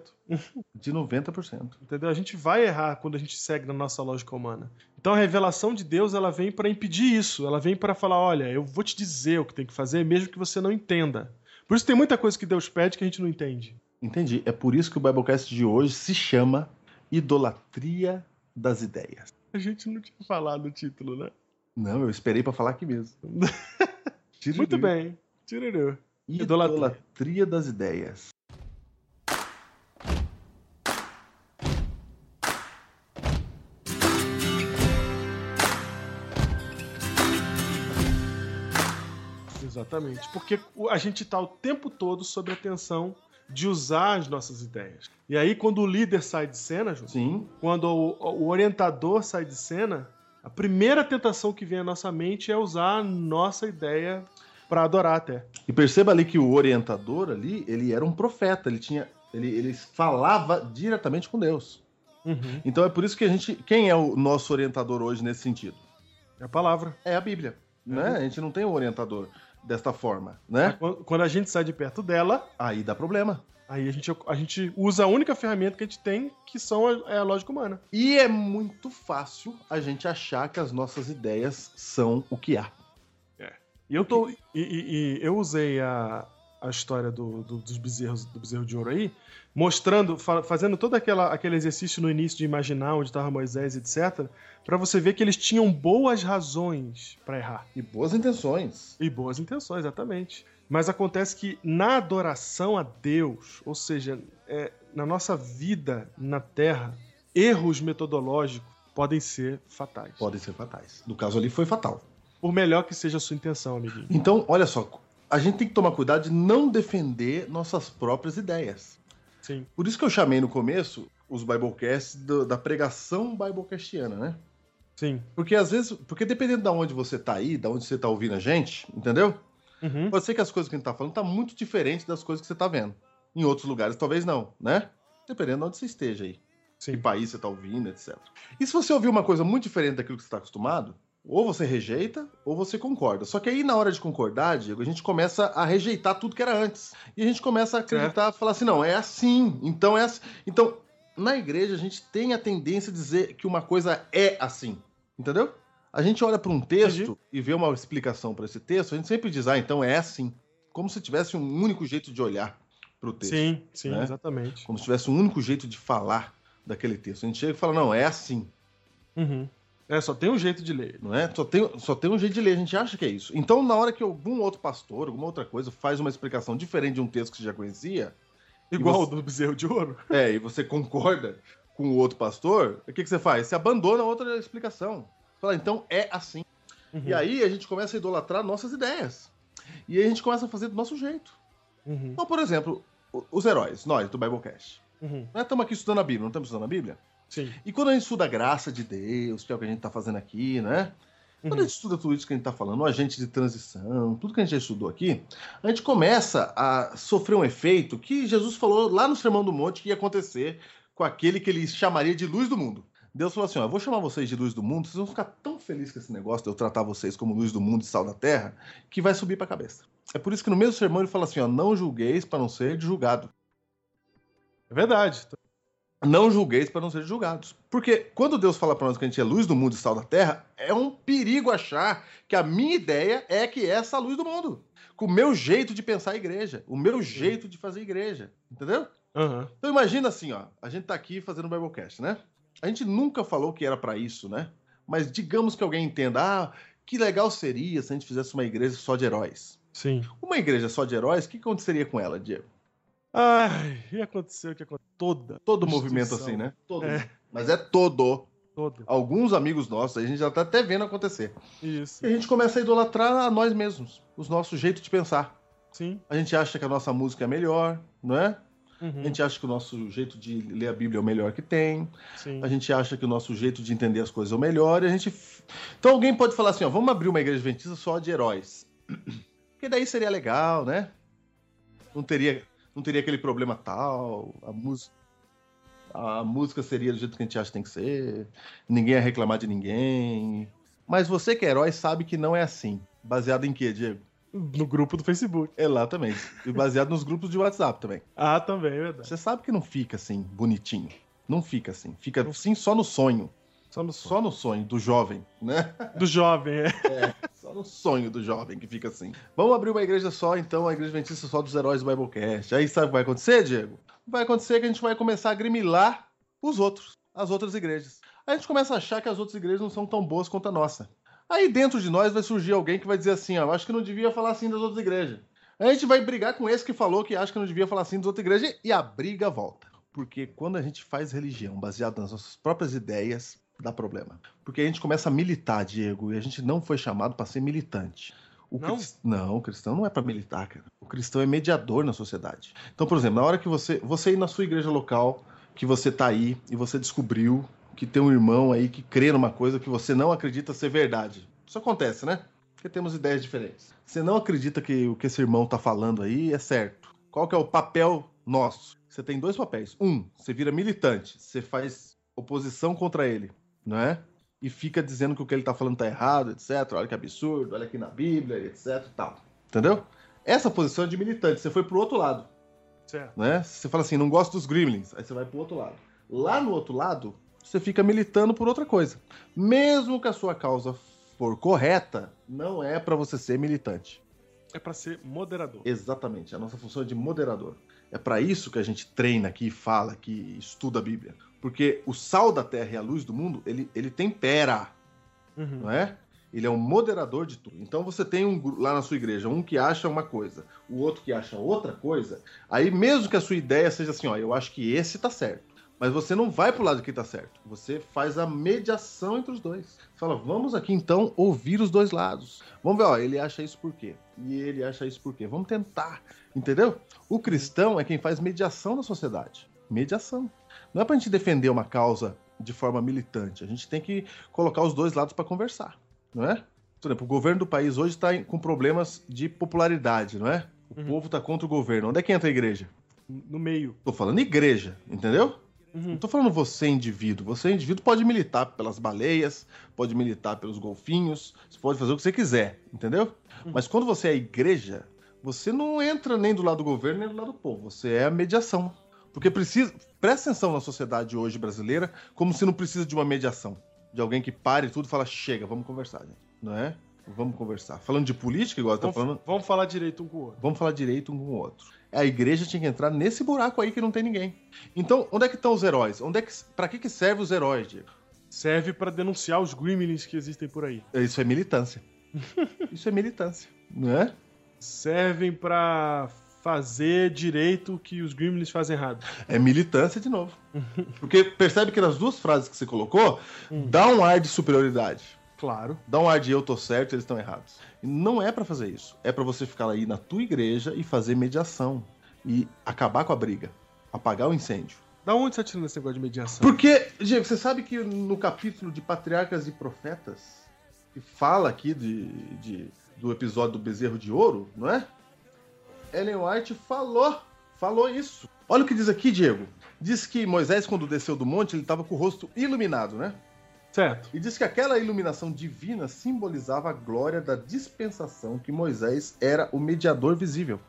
Speaker 4: De 90%.
Speaker 1: Entendeu? A gente vai errar quando a gente segue na nossa lógica humana. Então a revelação de Deus, ela vem para impedir isso. Ela vem para falar, olha, eu vou te dizer o que tem que fazer, mesmo que você não entenda. Por isso tem muita coisa que Deus pede que a gente não entende.
Speaker 4: Entendi. É por isso que o Biblecast de hoje se chama Idolatria das Ideias.
Speaker 1: A gente não tinha falado o título, né?
Speaker 4: Não, eu esperei pra falar aqui mesmo. Tiririu.
Speaker 1: Muito bem. Tiririu.
Speaker 4: Idolatria.
Speaker 1: Idolatria.
Speaker 4: das ideias.
Speaker 1: Exatamente. Porque o- a gente tá o tempo todo sob a tensão de usar as nossas ideias. E aí, quando o líder sai de cena, Júlio,
Speaker 4: Sim,
Speaker 1: quando o, o orientador sai de cena, a primeira tentação que vem à nossa mente é usar a nossa ideia para adorar até.
Speaker 4: E perceba ali que o orientador ali, ele era um profeta, ele tinha, ele, ele falava diretamente com Deus. Então é por isso que a gente, quem é o nosso orientador hoje nesse sentido?
Speaker 1: É a palavra.
Speaker 4: É a Bíblia,
Speaker 1: Uhum.
Speaker 4: né? A gente não tem um orientador desta forma,
Speaker 1: Mas
Speaker 4: né?
Speaker 1: Quando quando a gente sai de perto dela,
Speaker 4: Aí dá problema.
Speaker 1: aí a gente, a gente usa a única ferramenta que a gente tem, que são a, é a lógica humana.
Speaker 4: E é muito fácil a gente achar que as nossas ideias são o que há.
Speaker 1: E eu tô. E, e- e eu usei a, a história do, do- dos bezerros, do bezerro de ouro aí, mostrando, fa- fazendo todo aquela, aquele exercício no início de imaginar onde estava Moisés, etc., para você ver que eles tinham boas razões para errar.
Speaker 4: E boas intenções.
Speaker 1: E boas intenções, exatamente. Mas acontece que na adoração a Deus, ou seja, é, na nossa vida na Terra, erros metodológicos podem ser fatais.
Speaker 4: Podem ser fatais. No caso ali foi fatal.
Speaker 1: Por melhor que seja a sua intenção, amiguinho.
Speaker 4: Então, olha só, a gente tem que tomar cuidado de não defender nossas próprias ideias.
Speaker 1: Sim.
Speaker 4: Por isso que eu chamei no começo os Biblecasts do- da pregação biblecastiana, né?
Speaker 1: Sim.
Speaker 4: Porque às vezes, porque dependendo de onde você tá aí, da onde você tá ouvindo a gente, entendeu?
Speaker 1: Uhum.
Speaker 4: Pode ser que as coisas que a gente tá falando tá muito diferente das coisas que você tá vendo. Em outros lugares talvez não, né? Dependendo de onde você esteja aí, que
Speaker 1: Sim.
Speaker 4: país você tá ouvindo, etc. E se você ouvir uma coisa muito diferente daquilo que você tá acostumado, ou você rejeita, ou você concorda. Só que aí na hora de concordar, Diego, a gente começa a rejeitar tudo que era antes. E a gente começa a acreditar, falar assim, não, é assim, então é assim. Então, na igreja a gente tem a tendência a dizer que uma coisa é assim, entendeu? A gente olha para um texto
Speaker 1: Entendi.
Speaker 4: e vê uma explicação para esse texto, a gente sempre diz, ah, então é assim. Como se tivesse um único jeito de olhar para o texto
Speaker 1: Sim, sim,
Speaker 4: né?
Speaker 1: exatamente.
Speaker 4: como se tivesse um único jeito de falar daquele texto. A gente chega e fala, não, é assim,
Speaker 1: Uhum. É, só tem um jeito de ler.
Speaker 4: não é? Só tem, só tem um jeito de ler, a gente acha que é isso. Então, na hora que algum outro pastor, alguma outra coisa, faz uma explicação diferente de um texto que você já conhecia,
Speaker 1: Igual o
Speaker 4: você-
Speaker 1: do bezerro de ouro.
Speaker 4: é, e você concorda com o outro pastor, o que, que você faz? Você abandona a outra explicação. Fala, então é assim.
Speaker 1: Uhum.
Speaker 4: E aí a gente começa a idolatrar nossas ideias. E aí a gente começa a fazer do nosso jeito.
Speaker 1: Uhum.
Speaker 4: Então, por exemplo, o- os heróis, nós, do Biblecast.
Speaker 1: Uhum.
Speaker 4: Nós estamos aqui estudando a Bíblia, não estamos estudando a Bíblia?
Speaker 1: Sim.
Speaker 4: E quando a gente estuda a graça de Deus, que é o que a gente está fazendo aqui, né? Quando a
Speaker 1: Uhum.
Speaker 4: gente estuda tudo isso que a gente está falando, o agente de transição, tudo que a gente já estudou aqui, a gente começa a sofrer um efeito que Jesus falou lá no Sermão do Monte que ia acontecer com aquele que ele chamaria de luz do mundo. Deus falou assim: ó, eu vou chamar vocês de luz do mundo, vocês vão ficar tão felizes com esse negócio de eu tratar vocês como luz do mundo e sal da terra, que vai subir para a cabeça. É por isso que no mesmo sermão ele fala assim: ó, não julgueis para não ser julgado
Speaker 1: É verdade.
Speaker 4: não julgueis para não ser julgados. Porque quando Deus fala para nós que a gente é luz do mundo e sal da terra, é um perigo achar que a minha ideia é que é essa luz do mundo. Com o meu jeito de pensar a igreja, o meu jeito de fazer igreja, entendeu?
Speaker 1: Aham.
Speaker 4: Então imagina assim, ó, a gente tá aqui fazendo o Biblecast, né? A gente nunca falou que era para isso, né? Mas digamos que alguém entenda, ah, que legal seria se a gente fizesse uma igreja só de heróis.
Speaker 1: Sim.
Speaker 4: Uma igreja só de heróis, o que aconteceria com ela, Diego?
Speaker 1: Ai, e aconteceu o que aconteceu? Toda.
Speaker 4: Todo movimento assim,
Speaker 1: Instituição.
Speaker 4: né? Todo.
Speaker 1: É.
Speaker 4: Mas é todo.
Speaker 1: Toda.
Speaker 4: alguns amigos nossos, a gente já tá até vendo acontecer.
Speaker 1: Isso.
Speaker 4: E a gente começa a idolatrar a nós mesmos, os nossos jeitos de pensar.
Speaker 1: Sim.
Speaker 4: A gente acha que a nossa música é melhor, não é? A
Speaker 1: Uhum.
Speaker 4: gente acha que o nosso jeito de ler a Bíblia é o melhor que tem.
Speaker 1: Sim.
Speaker 4: A gente acha que o nosso jeito de entender as coisas é o melhor. E a gente. Então alguém pode falar assim, ó, vamos abrir uma igreja adventista só de heróis. Porque daí seria legal, né? Não teria, não teria aquele problema tal, a música. A música seria do jeito que a gente acha que tem que ser. Ninguém ia reclamar de ninguém. Mas você que é herói sabe que não é assim. Baseado em quê, Diego?
Speaker 1: No grupo do Facebook.
Speaker 4: Exatamente. E baseado nos grupos de WhatsApp também.
Speaker 1: Ah, também, é verdade.
Speaker 4: Você sabe que não fica assim, bonitinho. Não fica assim. Fica
Speaker 1: Não
Speaker 4: assim só no sonho.
Speaker 1: Só no
Speaker 4: Só no sonho do jovem, né?
Speaker 1: Do jovem, é.
Speaker 4: Só no sonho do jovem que fica assim. Vamos abrir uma igreja só, então, a igreja adventista só dos heróis do Biblecast. Aí sabe o que vai acontecer, Diego? Vai acontecer que a gente vai começar a grimilar os outros, as outras igrejas. Aí a gente começa a achar que as outras igrejas não são tão boas quanto a nossa. Aí dentro de nós vai surgir alguém que vai dizer assim, ó, eu acho que não devia falar assim das outras igrejas. Aí a gente vai brigar com esse que falou que acha que não devia falar assim das outras igrejas e a briga volta. Porque quando a gente faz religião baseada nas nossas próprias ideias, dá problema. Porque a gente começa a militar, Diego, e a gente não foi chamado para ser militante. O
Speaker 1: Não?
Speaker 4: crist- não, o cristão não é para militar, cara. O cristão é mediador na sociedade. Então, por exemplo, na hora que você, você ir na sua igreja local, que você tá aí e você descobriu que tem um irmão aí que crê numa coisa que você não acredita ser verdade. Isso acontece, né? Porque temos ideias diferentes. Você não acredita que o que esse irmão tá falando aí é certo. Qual que é o papel nosso? Você tem dois papéis. Um, você vira militante, você faz oposição contra ele, não é? E fica dizendo que o que ele tá falando tá errado, etc. Olha que absurdo, olha aqui na Bíblia, etc, e tal. Entendeu? Essa posição é de militante, você foi pro outro lado
Speaker 1: Certo.
Speaker 4: né? Você fala assim, não gosto dos Gremlins, aí você vai pro outro lado. Lá no outro lado, você fica militando por outra coisa. Mesmo que a sua causa for correta, não é pra você ser militante.
Speaker 1: É pra ser moderador.
Speaker 4: Exatamente, a nossa função é de moderador. É pra isso que a gente treina aqui, fala aqui, estuda a Bíblia. Porque o sal da terra e a luz do mundo, ele, ele tempera
Speaker 1: Uhum.
Speaker 4: não é? Ele é um moderador de tudo. Então você tem um gru- lá na sua igreja, um que acha uma coisa, o outro que acha outra coisa. Aí mesmo que a sua ideia seja assim, ó, eu acho que esse tá certo. Mas você não vai pro lado que tá certo. Você faz a mediação entre os dois. Você fala, vamos aqui então ouvir os dois lados. Vamos ver, ó, ele acha isso por quê? E ele acha isso por quê? Vamos tentar. Entendeu? O cristão é quem faz mediação na sociedade. Mediação. Não é pra gente defender uma causa de forma militante. A gente tem que colocar os dois lados para conversar, não é? Por exemplo, o governo do país hoje está com problemas de popularidade, não é? O
Speaker 1: Uhum.
Speaker 4: povo tá contra o governo. Onde é que entra a igreja?
Speaker 1: No meio.
Speaker 4: Tô falando igreja, entendeu?
Speaker 1: Uhum.
Speaker 4: Não tô falando você, indivíduo. Você, indivíduo, pode militar pelas baleias, pode militar pelos golfinhos, você pode fazer o que você quiser, entendeu?
Speaker 1: Uhum.
Speaker 4: Mas quando você é igreja, você não entra nem do lado do governo, nem do lado do povo. Você é a mediação. Porque precisa. Presta atenção na sociedade hoje brasileira, como se não precisa de uma mediação. De alguém que pare tudo e fala, chega, vamos conversar, gente. Não é? Vamos conversar. Falando de política, igual eu tô
Speaker 1: Vamos,
Speaker 4: falando.
Speaker 1: vamos falar direito um com o outro.
Speaker 4: Vamos falar direito um com o outro. A igreja tinha que entrar nesse buraco aí que não tem ninguém. Então, onde é que estão os heróis? Onde é que, pra que, que serve os heróis, Diego?
Speaker 1: Serve pra denunciar os gremlins que existem por aí.
Speaker 4: Isso é militância. Isso é militância, não é?
Speaker 1: Servem pra fazer direito o que os gremlins fazem errado.
Speaker 4: É militância de novo. Porque percebe que nas duas frases que você colocou, dá um ar de superioridade.
Speaker 1: Claro.
Speaker 4: Dá um ar de eu tô certo, eles estão errados. E não é pra fazer isso. É pra você ficar aí na tua igreja e fazer mediação e acabar com a briga, apagar o incêndio.
Speaker 1: Da onde você tá tirando esse negócio de mediação?
Speaker 4: Porque, Diego, você sabe que no capítulo de Patriarcas e Profetas, que fala aqui de, de- do episódio do bezerro de ouro, não é? Ellen White falou, falou isso. Olha o que diz aqui, Diego. Diz que Moisés, quando desceu do monte, ele estava com o rosto iluminado, né?
Speaker 1: Certo.
Speaker 4: E diz que aquela iluminação divina simbolizava a glória da dispensação que Moisés era o mediador visível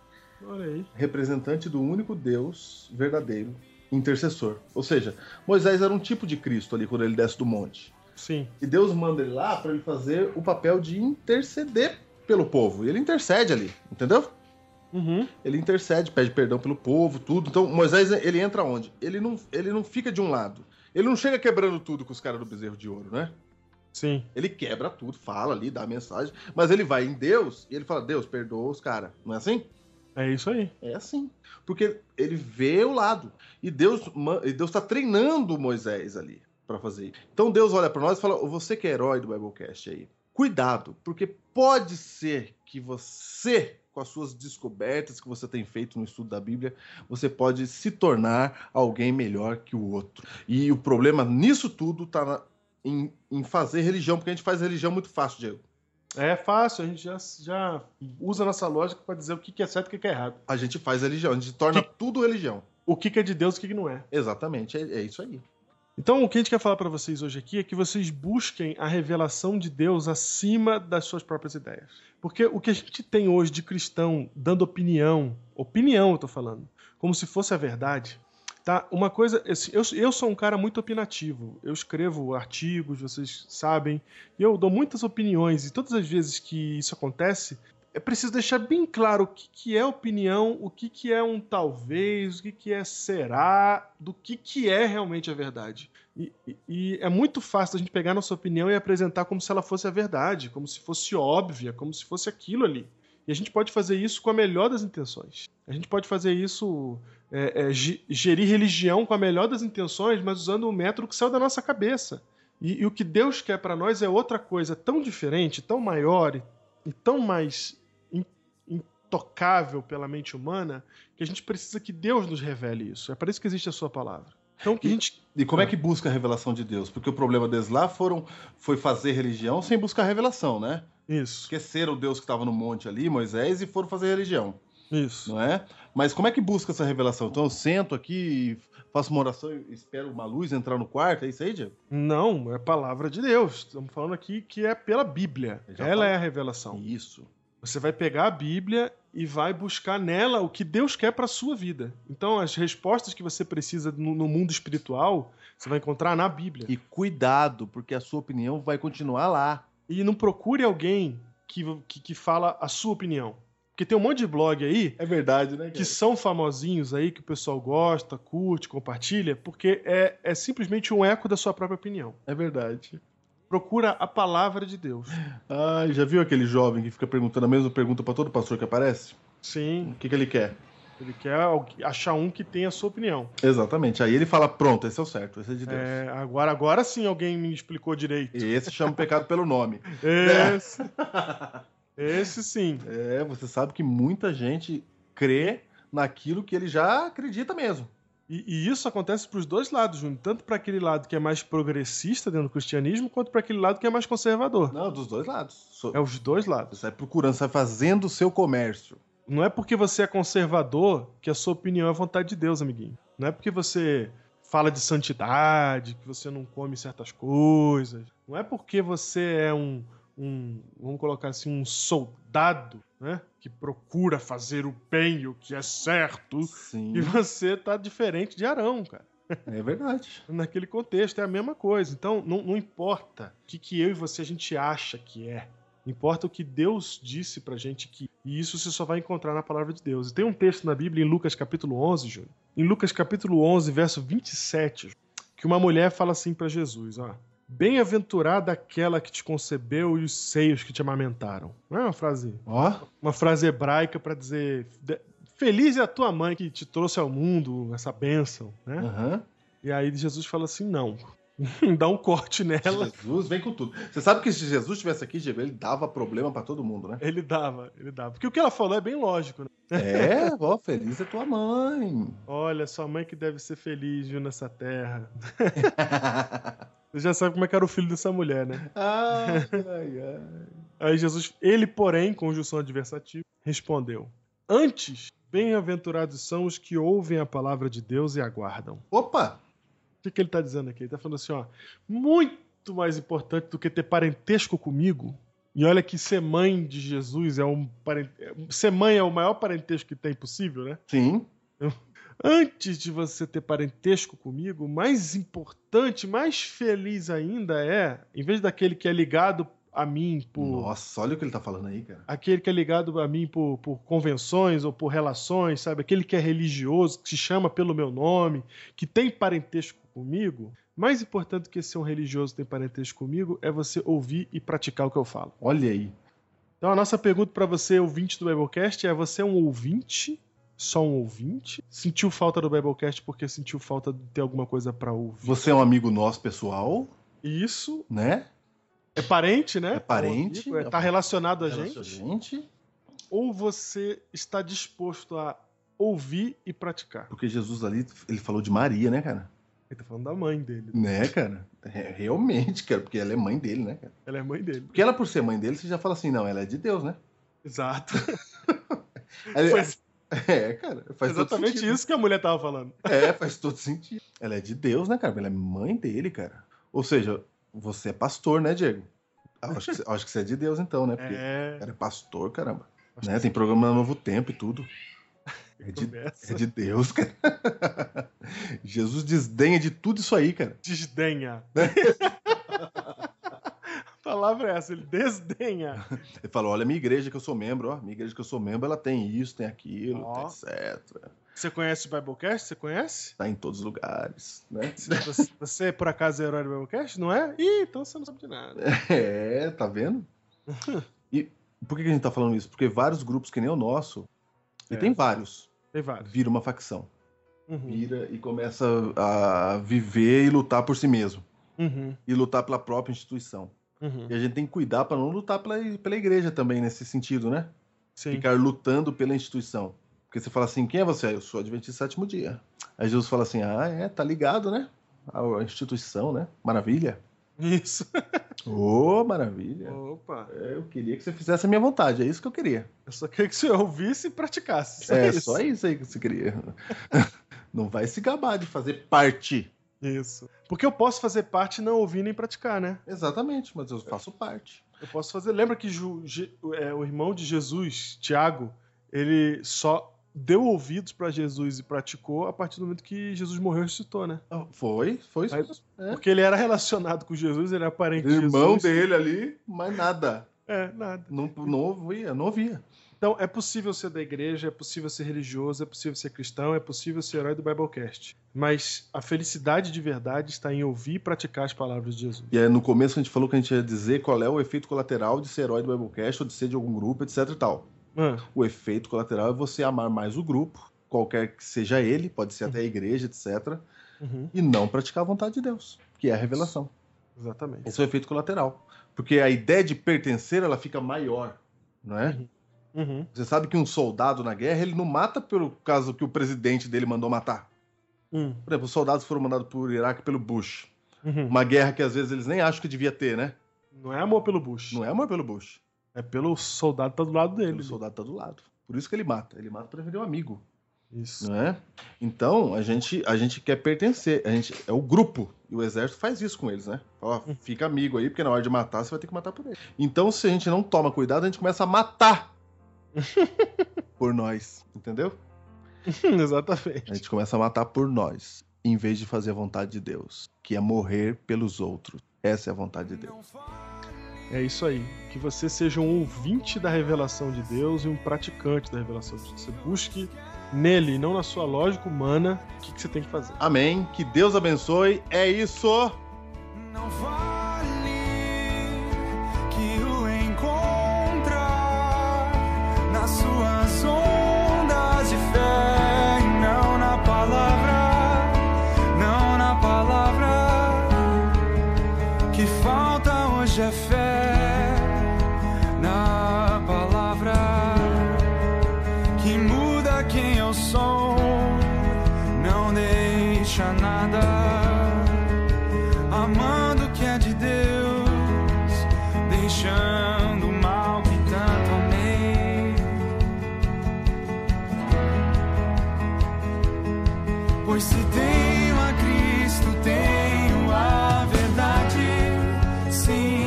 Speaker 1: Olha aí.
Speaker 4: representante do único Deus verdadeiro, intercessor. Ou seja, Moisés era um tipo de Cristo ali quando ele desce do monte.
Speaker 1: Sim.
Speaker 4: E Deus manda ele lá para ele fazer o papel de interceder pelo povo. E ele intercede ali, entendeu?
Speaker 1: Uhum.
Speaker 4: Ele intercede, pede perdão pelo povo, tudo. Então, Moisés, ele entra onde? Ele não, ele não fica de um lado. Ele não chega quebrando tudo com os caras do bezerro de ouro, né?
Speaker 1: Sim.
Speaker 4: Ele quebra tudo, fala ali, dá a mensagem. Mas ele vai em Deus e ele fala: Deus, perdoa os caras. Não é assim?
Speaker 1: É isso aí.
Speaker 4: É assim. Porque ele vê o lado. E Deus ma- e Deus está treinando Moisés ali para fazer isso. Então Deus olha para nós e fala: "Ô, Você que é herói do Biblecast aí, cuidado, porque pode ser que você, com as suas descobertas que você tem feito no estudo da Bíblia, você pode se tornar alguém melhor que o outro. E o problema nisso tudo tá na- em, em fazer religião, porque a gente faz religião muito fácil, Diego.
Speaker 1: É fácil, a gente já, já usa a nossa lógica pra dizer o que que é certo e o que que é errado.
Speaker 4: A gente faz religião, a gente torna tudo religião.
Speaker 1: O que que é de Deus e o que que não é.
Speaker 4: Exatamente, é- é isso aí.
Speaker 1: Então, o que a gente quer falar pra vocês hoje aqui é que vocês busquem a revelação de Deus acima das suas próprias ideias. Porque o que a gente tem hoje de cristão dando opinião, opinião eu tô falando, como se fosse a verdade, Tá, uma coisa, assim, eu, eu sou um cara muito opinativo. Eu escrevo artigos, vocês sabem, e eu dou muitas opiniões, e todas as vezes que isso acontece, é preciso deixar bem claro o que, que é opinião, o que, que é um talvez, o que, que é será, do que, que é realmente a verdade. E, e- e é muito fácil a gente pegar nossa opinião e apresentar como se ela fosse a verdade, como se fosse óbvia, como se fosse aquilo ali. E a gente pode fazer isso com a melhor das intenções. A gente pode fazer isso, é, é, ge- gerir religião com a melhor das intenções, mas usando um método que saiu da nossa cabeça. E, e o que Deus quer para nós é outra coisa tão diferente, tão maior e, e tão mais in- intocável pela mente humana que a gente precisa que Deus nos revele isso. É para isso que existe a Sua palavra. Então, o que a gente.
Speaker 4: E como é que busca a revelação de Deus? Porque o problema deles lá foram, foi fazer religião sem buscar revelação, né?
Speaker 1: Isso,
Speaker 4: Esqueceram o Deus que estava no monte ali, Moisés, e foram fazer religião,
Speaker 1: isso.
Speaker 4: não é? Mas como é que busca essa revelação? Então eu sento aqui, faço uma oração e espero uma luz entrar no quarto, é isso aí, Diego?
Speaker 1: Não, é a palavra de Deus. Estamos falando aqui que é pela Bíblia.
Speaker 4: Eu já
Speaker 1: Ela
Speaker 4: falo.
Speaker 1: é a revelação.
Speaker 4: Isso.
Speaker 1: Você vai pegar a Bíblia e vai buscar nela o que Deus quer para sua vida. Então, as respostas que você precisa no, no mundo espiritual, você vai encontrar na Bíblia.
Speaker 4: E cuidado, porque a sua opinião vai continuar lá.
Speaker 1: E não procure alguém que, que, que fala a sua opinião. Porque tem um monte de blog aí
Speaker 4: É verdade, né?
Speaker 1: que são famosinhos aí, que o pessoal gosta, curte, compartilha, porque é, é simplesmente um eco da sua própria opinião.
Speaker 4: É verdade.
Speaker 1: Procura a palavra de Deus.
Speaker 4: Ai, já viu aquele jovem que fica perguntando a mesma pergunta pra todo pastor que aparece?
Speaker 1: Sim,
Speaker 4: O que, que ele quer?
Speaker 1: ele quer algu- achar um que tenha a sua opinião.
Speaker 4: Exatamente. Aí ele fala: pronto, esse é o certo, esse é de Deus.
Speaker 1: É, agora, agora sim alguém me explicou direito.
Speaker 4: E esse chama o pecado pelo nome.
Speaker 1: Esse, esse sim.
Speaker 4: É, você sabe que muita gente crê naquilo que ele já acredita mesmo.
Speaker 1: E, e isso acontece para os dois lados, Júnior. Tanto para aquele lado que é mais progressista dentro do cristianismo, quanto para aquele lado que é mais conservador.
Speaker 4: Não, dos dois lados. So-
Speaker 1: É os dois lados.
Speaker 4: Você vai procurando, você vai fazendo o seu comércio.
Speaker 1: Não é porque você é conservador que a sua opinião é vontade de Deus, amiguinho. Não é porque você fala de santidade, que você não come certas coisas. Não é porque você é um, um vamos colocar assim, um soldado, né? Que procura fazer o bem, o que é certo.
Speaker 4: Sim,
Speaker 1: E você tá diferente de Arão, cara.
Speaker 4: é verdade.
Speaker 1: Naquele contexto é a mesma coisa. Então não, não importa o que, que eu e você a gente acha que é. Importa o que Deus disse pra gente que. E isso você só vai encontrar na palavra de Deus. E tem um texto na Bíblia, em Lucas capítulo 11, Júlio. Em Lucas capítulo 11, verso 27, Júlio, que uma mulher fala assim pra Jesus: ó. Bem-aventurada aquela que te concebeu e os seios que te amamentaram. Não é uma frase
Speaker 4: Ó,
Speaker 1: uma frase hebraica pra dizer "De- feliz é a tua mãe que te trouxe ao mundo essa bênção, né?
Speaker 4: aham.
Speaker 1: E aí Jesus fala assim, não, dá um corte nela.
Speaker 4: Jesus vem com tudo. Você sabe que se Jesus estivesse aqui, Diego, ele dava problema pra todo mundo, né?
Speaker 1: Ele dava, ele dava. Porque o que ela falou é bem lógico, né?
Speaker 4: É, ó, feliz é tua mãe.
Speaker 1: Olha, sua mãe que deve ser feliz, viu, nessa terra. Você já sabe como é que era o filho dessa mulher, né?
Speaker 4: ai, ai, ai.
Speaker 1: Aí Jesus, ele, porém, conjunção adversativa, respondeu: Antes, bem-aventurados são os que ouvem a palavra de Deus e aguardam.
Speaker 4: Opa!
Speaker 1: O que, que ele está dizendo aqui? Ele está falando assim, ó, muito mais importante do que ter parentesco comigo. E olha que ser mãe de Jesus é um paren- é um- ser mãe é o maior parentesco que tem possível, né?
Speaker 4: Sim,
Speaker 1: Antes de você ter parentesco comigo, mais importante, mais feliz ainda é, em vez daquele que é ligado a mim por
Speaker 4: Nossa, olha o que ele tá falando aí, cara.
Speaker 1: aquele que é ligado a mim por, por convenções ou por relações, sabe? Aquele que é religioso, que se chama pelo meu nome, que tem parentesco comigo. Mais importante que ser um religioso tem parentesco comigo é você ouvir e praticar o que eu falo.
Speaker 4: Olha aí.
Speaker 1: Então a nossa pergunta para você, ouvinte do Biblecast, é: você é um ouvinte? Só um ouvinte? Sentiu falta do Biblecast porque sentiu falta de ter alguma coisa para ouvir?
Speaker 4: Você é um amigo nosso pessoal,
Speaker 1: E isso
Speaker 4: né?
Speaker 1: é parente, né?
Speaker 4: É parente,
Speaker 1: Está tá relacionado a
Speaker 4: Relaxa
Speaker 1: gente.
Speaker 4: gente.
Speaker 1: ou você está disposto a ouvir e praticar?
Speaker 4: Porque Jesus ali, ele falou de Maria, né, cara?
Speaker 1: Ele tá falando da mãe dele.
Speaker 4: Né, cara? É, realmente, cara, porque ela é mãe dele, né, cara?
Speaker 1: Ela é mãe dele.
Speaker 4: Porque ela, por ser mãe dele, você já fala assim, não, ela é de Deus, né?
Speaker 1: Exato.
Speaker 4: Ela-
Speaker 1: Foi
Speaker 4: É, cara, faz todo
Speaker 1: exatamente
Speaker 4: sentido.
Speaker 1: isso que a mulher tava falando.
Speaker 4: É, faz todo sentido. Ela é de Deus, né, cara? Ela é mãe dele, cara. Ou seja, você é pastor, né, Diego? Acho que, você- acho que você é de Deus, então, né? Porque
Speaker 1: É.
Speaker 4: o cara é pastor, caramba. Né? Tem programa no Novo Tempo e tudo. É de,
Speaker 1: Começa.
Speaker 4: é de Deus, cara. Jesus desdenha de tudo isso aí, cara.
Speaker 1: Desdenha. A palavra é essa, ele desdenha.
Speaker 4: Ele fala: olha, minha igreja que eu sou membro, ó, minha igreja que eu sou membro, ela tem isso, tem aquilo,
Speaker 1: Ó.
Speaker 4: tem etc.
Speaker 1: Você conhece o Biblecast? Você conhece?
Speaker 4: Tá em todos os lugares, né?
Speaker 1: Você, você, por acaso, é herói do Biblecast? Não é? Ih, então você não sabe de nada.
Speaker 4: É, tá vendo? E por que que a gente tá falando isso? Porque vários grupos, que nem o nosso, e
Speaker 1: É.
Speaker 4: tem vários,
Speaker 1: Tem vários.
Speaker 4: vira uma facção.
Speaker 1: Uhum.
Speaker 4: Vira e começa a viver e lutar por si mesmo.
Speaker 1: Uhum.
Speaker 4: E lutar pela própria instituição.
Speaker 1: Uhum.
Speaker 4: E a gente tem que cuidar pra não lutar pela, pela igreja também, nesse sentido, né?
Speaker 1: Sim.
Speaker 4: Ficar lutando pela instituição. Porque você fala assim, quem é você? "Ah, Eu sou Adventista do Sétimo Dia. Aí Jesus fala assim, ah, é, tá ligado, né? A instituição, né? Maravilha.
Speaker 1: Isso.
Speaker 4: Ô, maravilha.
Speaker 1: Opa.
Speaker 4: É, Eu queria que você fizesse a minha vontade, é isso que eu queria.
Speaker 1: Eu só queria que você ouvisse e praticasse. Só
Speaker 4: é
Speaker 1: isso.
Speaker 4: só isso aí que você queria. Não vai se gabar de fazer parte.
Speaker 1: Isso. Porque eu posso fazer parte e não ouvir nem praticar, né?
Speaker 4: Exatamente, mas eu faço parte.
Speaker 1: Eu posso fazer. Lembra que Ju- Je- é, o irmão de Jesus, Tiago, ele só deu ouvidos pra Jesus e praticou a partir do momento que Jesus morreu e ressuscitou, né?
Speaker 4: Ah, Foi, foi isso.
Speaker 1: Aí-
Speaker 4: mesmo, é.
Speaker 1: Porque ele era relacionado com Jesus, ele era parente de
Speaker 4: Irmão
Speaker 1: Jesus.
Speaker 4: dele ali, mas nada.
Speaker 1: É, nada.
Speaker 4: Não, não ouvia, não ouvia.
Speaker 1: Então, é possível ser da igreja, é possível ser religioso, é possível ser cristão, é possível ser herói do Biblecast. Mas a felicidade de verdade está em ouvir e praticar as palavras de Jesus.
Speaker 4: E aí, no começo a gente falou que a gente ia dizer qual é o efeito colateral de ser herói do Biblecast ou de ser de algum grupo, etc e tal.
Speaker 1: Mano,
Speaker 4: O efeito colateral é você amar mais o grupo, qualquer que seja ele, pode ser até a igreja, etc,
Speaker 1: uhum,
Speaker 4: e não praticar a vontade de Deus, que é a revelação.
Speaker 1: exatamente.
Speaker 4: Esse é o efeito colateral. Porque a ideia de pertencer, ela fica maior, não é?
Speaker 1: Uhum,
Speaker 4: Você sabe que um soldado na guerra, ele não mata pelo caso que o presidente dele mandou matar.
Speaker 1: uhum,
Speaker 4: Por exemplo, os soldados foram mandados pro Iraque pelo Bush.
Speaker 1: uhum.
Speaker 4: Uma guerra que às vezes eles nem acham que devia ter, né?
Speaker 1: Não é amor pelo Bush.
Speaker 4: Não é amor pelo Bush.
Speaker 1: É pelo soldado que tá do lado dele.
Speaker 4: O soldado tá do lado. Por isso que ele mata. Ele mata pra virar um amigo,
Speaker 1: Isso.
Speaker 4: não é? Então, a gente, a gente quer pertencer. A gente, é o grupo. E o exército faz isso com eles, né? Ó, fica amigo aí, porque na hora de matar, você vai ter que matar por ele. Então, se a gente não toma cuidado, a gente começa a matar por nós, entendeu? A
Speaker 1: Exatamente.
Speaker 4: gente começa a matar por nós, em vez de fazer a vontade de Deus, que é morrer pelos outros. Essa é a vontade de Deus.
Speaker 1: É isso aí. Que você seja um ouvinte da revelação de Deus e um praticante da revelação de Deus. Você busque nele, não na sua lógica humana, o que, que você tem que fazer.
Speaker 4: Amém. Que Deus abençoe. É isso.
Speaker 2: Não vale que o encontrar nas suas ondas de fé, e não na palavra, não na palavra. Que falta hoje é fé na palavra que muda quem eu sou. Não deixa nada amando o que é de Deus, deixando o mal que tanto amei. Pois se tenho a Cristo, tenho a verdade, sim.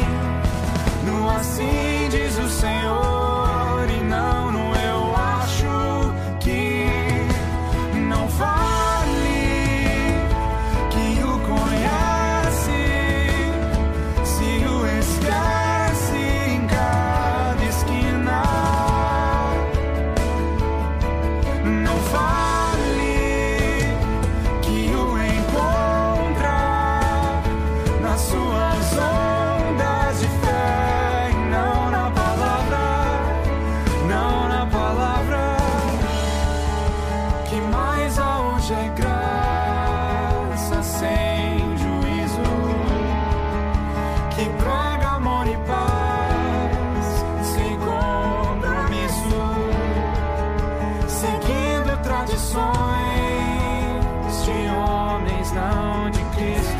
Speaker 2: No assim diz o Senhor, e não no eu acho que não vale que o conhece, se o esquece em cada esquina. Não fale que o encontra nas suas ondas de fé, e não na palavra, não na palavra que mais há hoje é graça sem juízo, que prega amor e paz sem compromisso, seguindo tradições de homens, não de Cristo.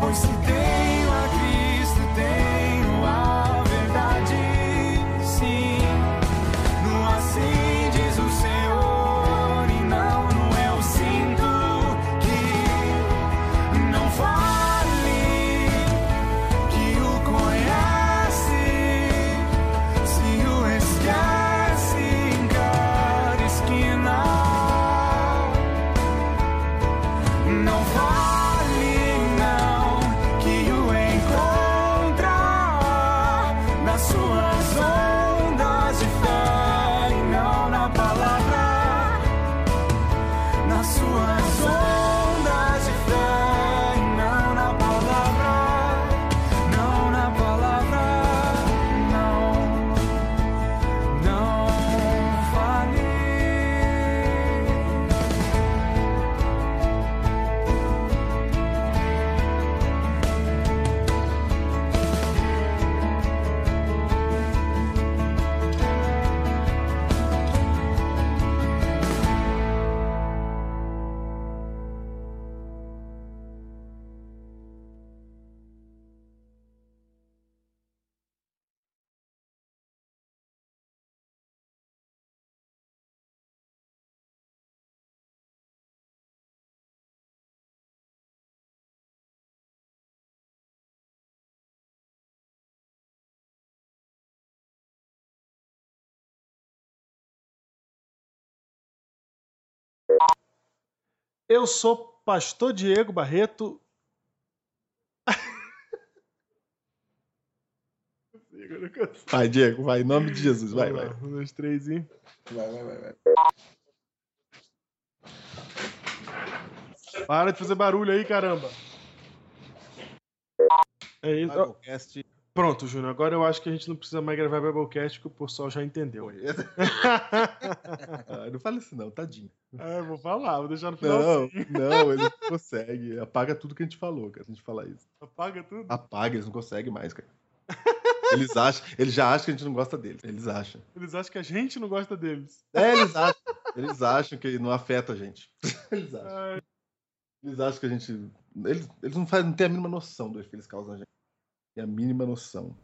Speaker 2: Pois se tenho a Cristo, tenho a verdade, sim. assim
Speaker 1: Eu sou pastor Diego Barreto.
Speaker 4: Vai, Diego, vai. Em nome de Jesus. Vai,
Speaker 1: Vamos
Speaker 4: vai.
Speaker 1: lá, Um, dois, três e.
Speaker 4: Vai, vai, vai. vai.
Speaker 1: Para de fazer barulho aí, caramba. É isso. Ó,
Speaker 4: Biblecast.
Speaker 1: Pronto, Júnior. Agora eu acho que a gente não precisa mais gravar Biblecast, que o pessoal já entendeu.
Speaker 4: Oi. Ah, não fala isso não, tadinho.
Speaker 1: É, eu vou falar, vou deixar no final.
Speaker 4: Não, não, ele não consegue. Apaga tudo que a gente falou, cara. Se a gente falar isso.
Speaker 1: Apaga tudo.
Speaker 4: Apaga, eles não conseguem mais, cara. Eles acham, eles já acham que a gente não gosta deles. Eles acham.
Speaker 1: Eles acham que a gente não gosta deles.
Speaker 4: É, eles acham. Eles acham que não afeta a gente. Eles acham.
Speaker 1: Ai,
Speaker 4: Eles acham que a gente. Eles, eles não, fazem, não têm a mínima noção do efeito que eles causam na gente. Tem a mínima noção.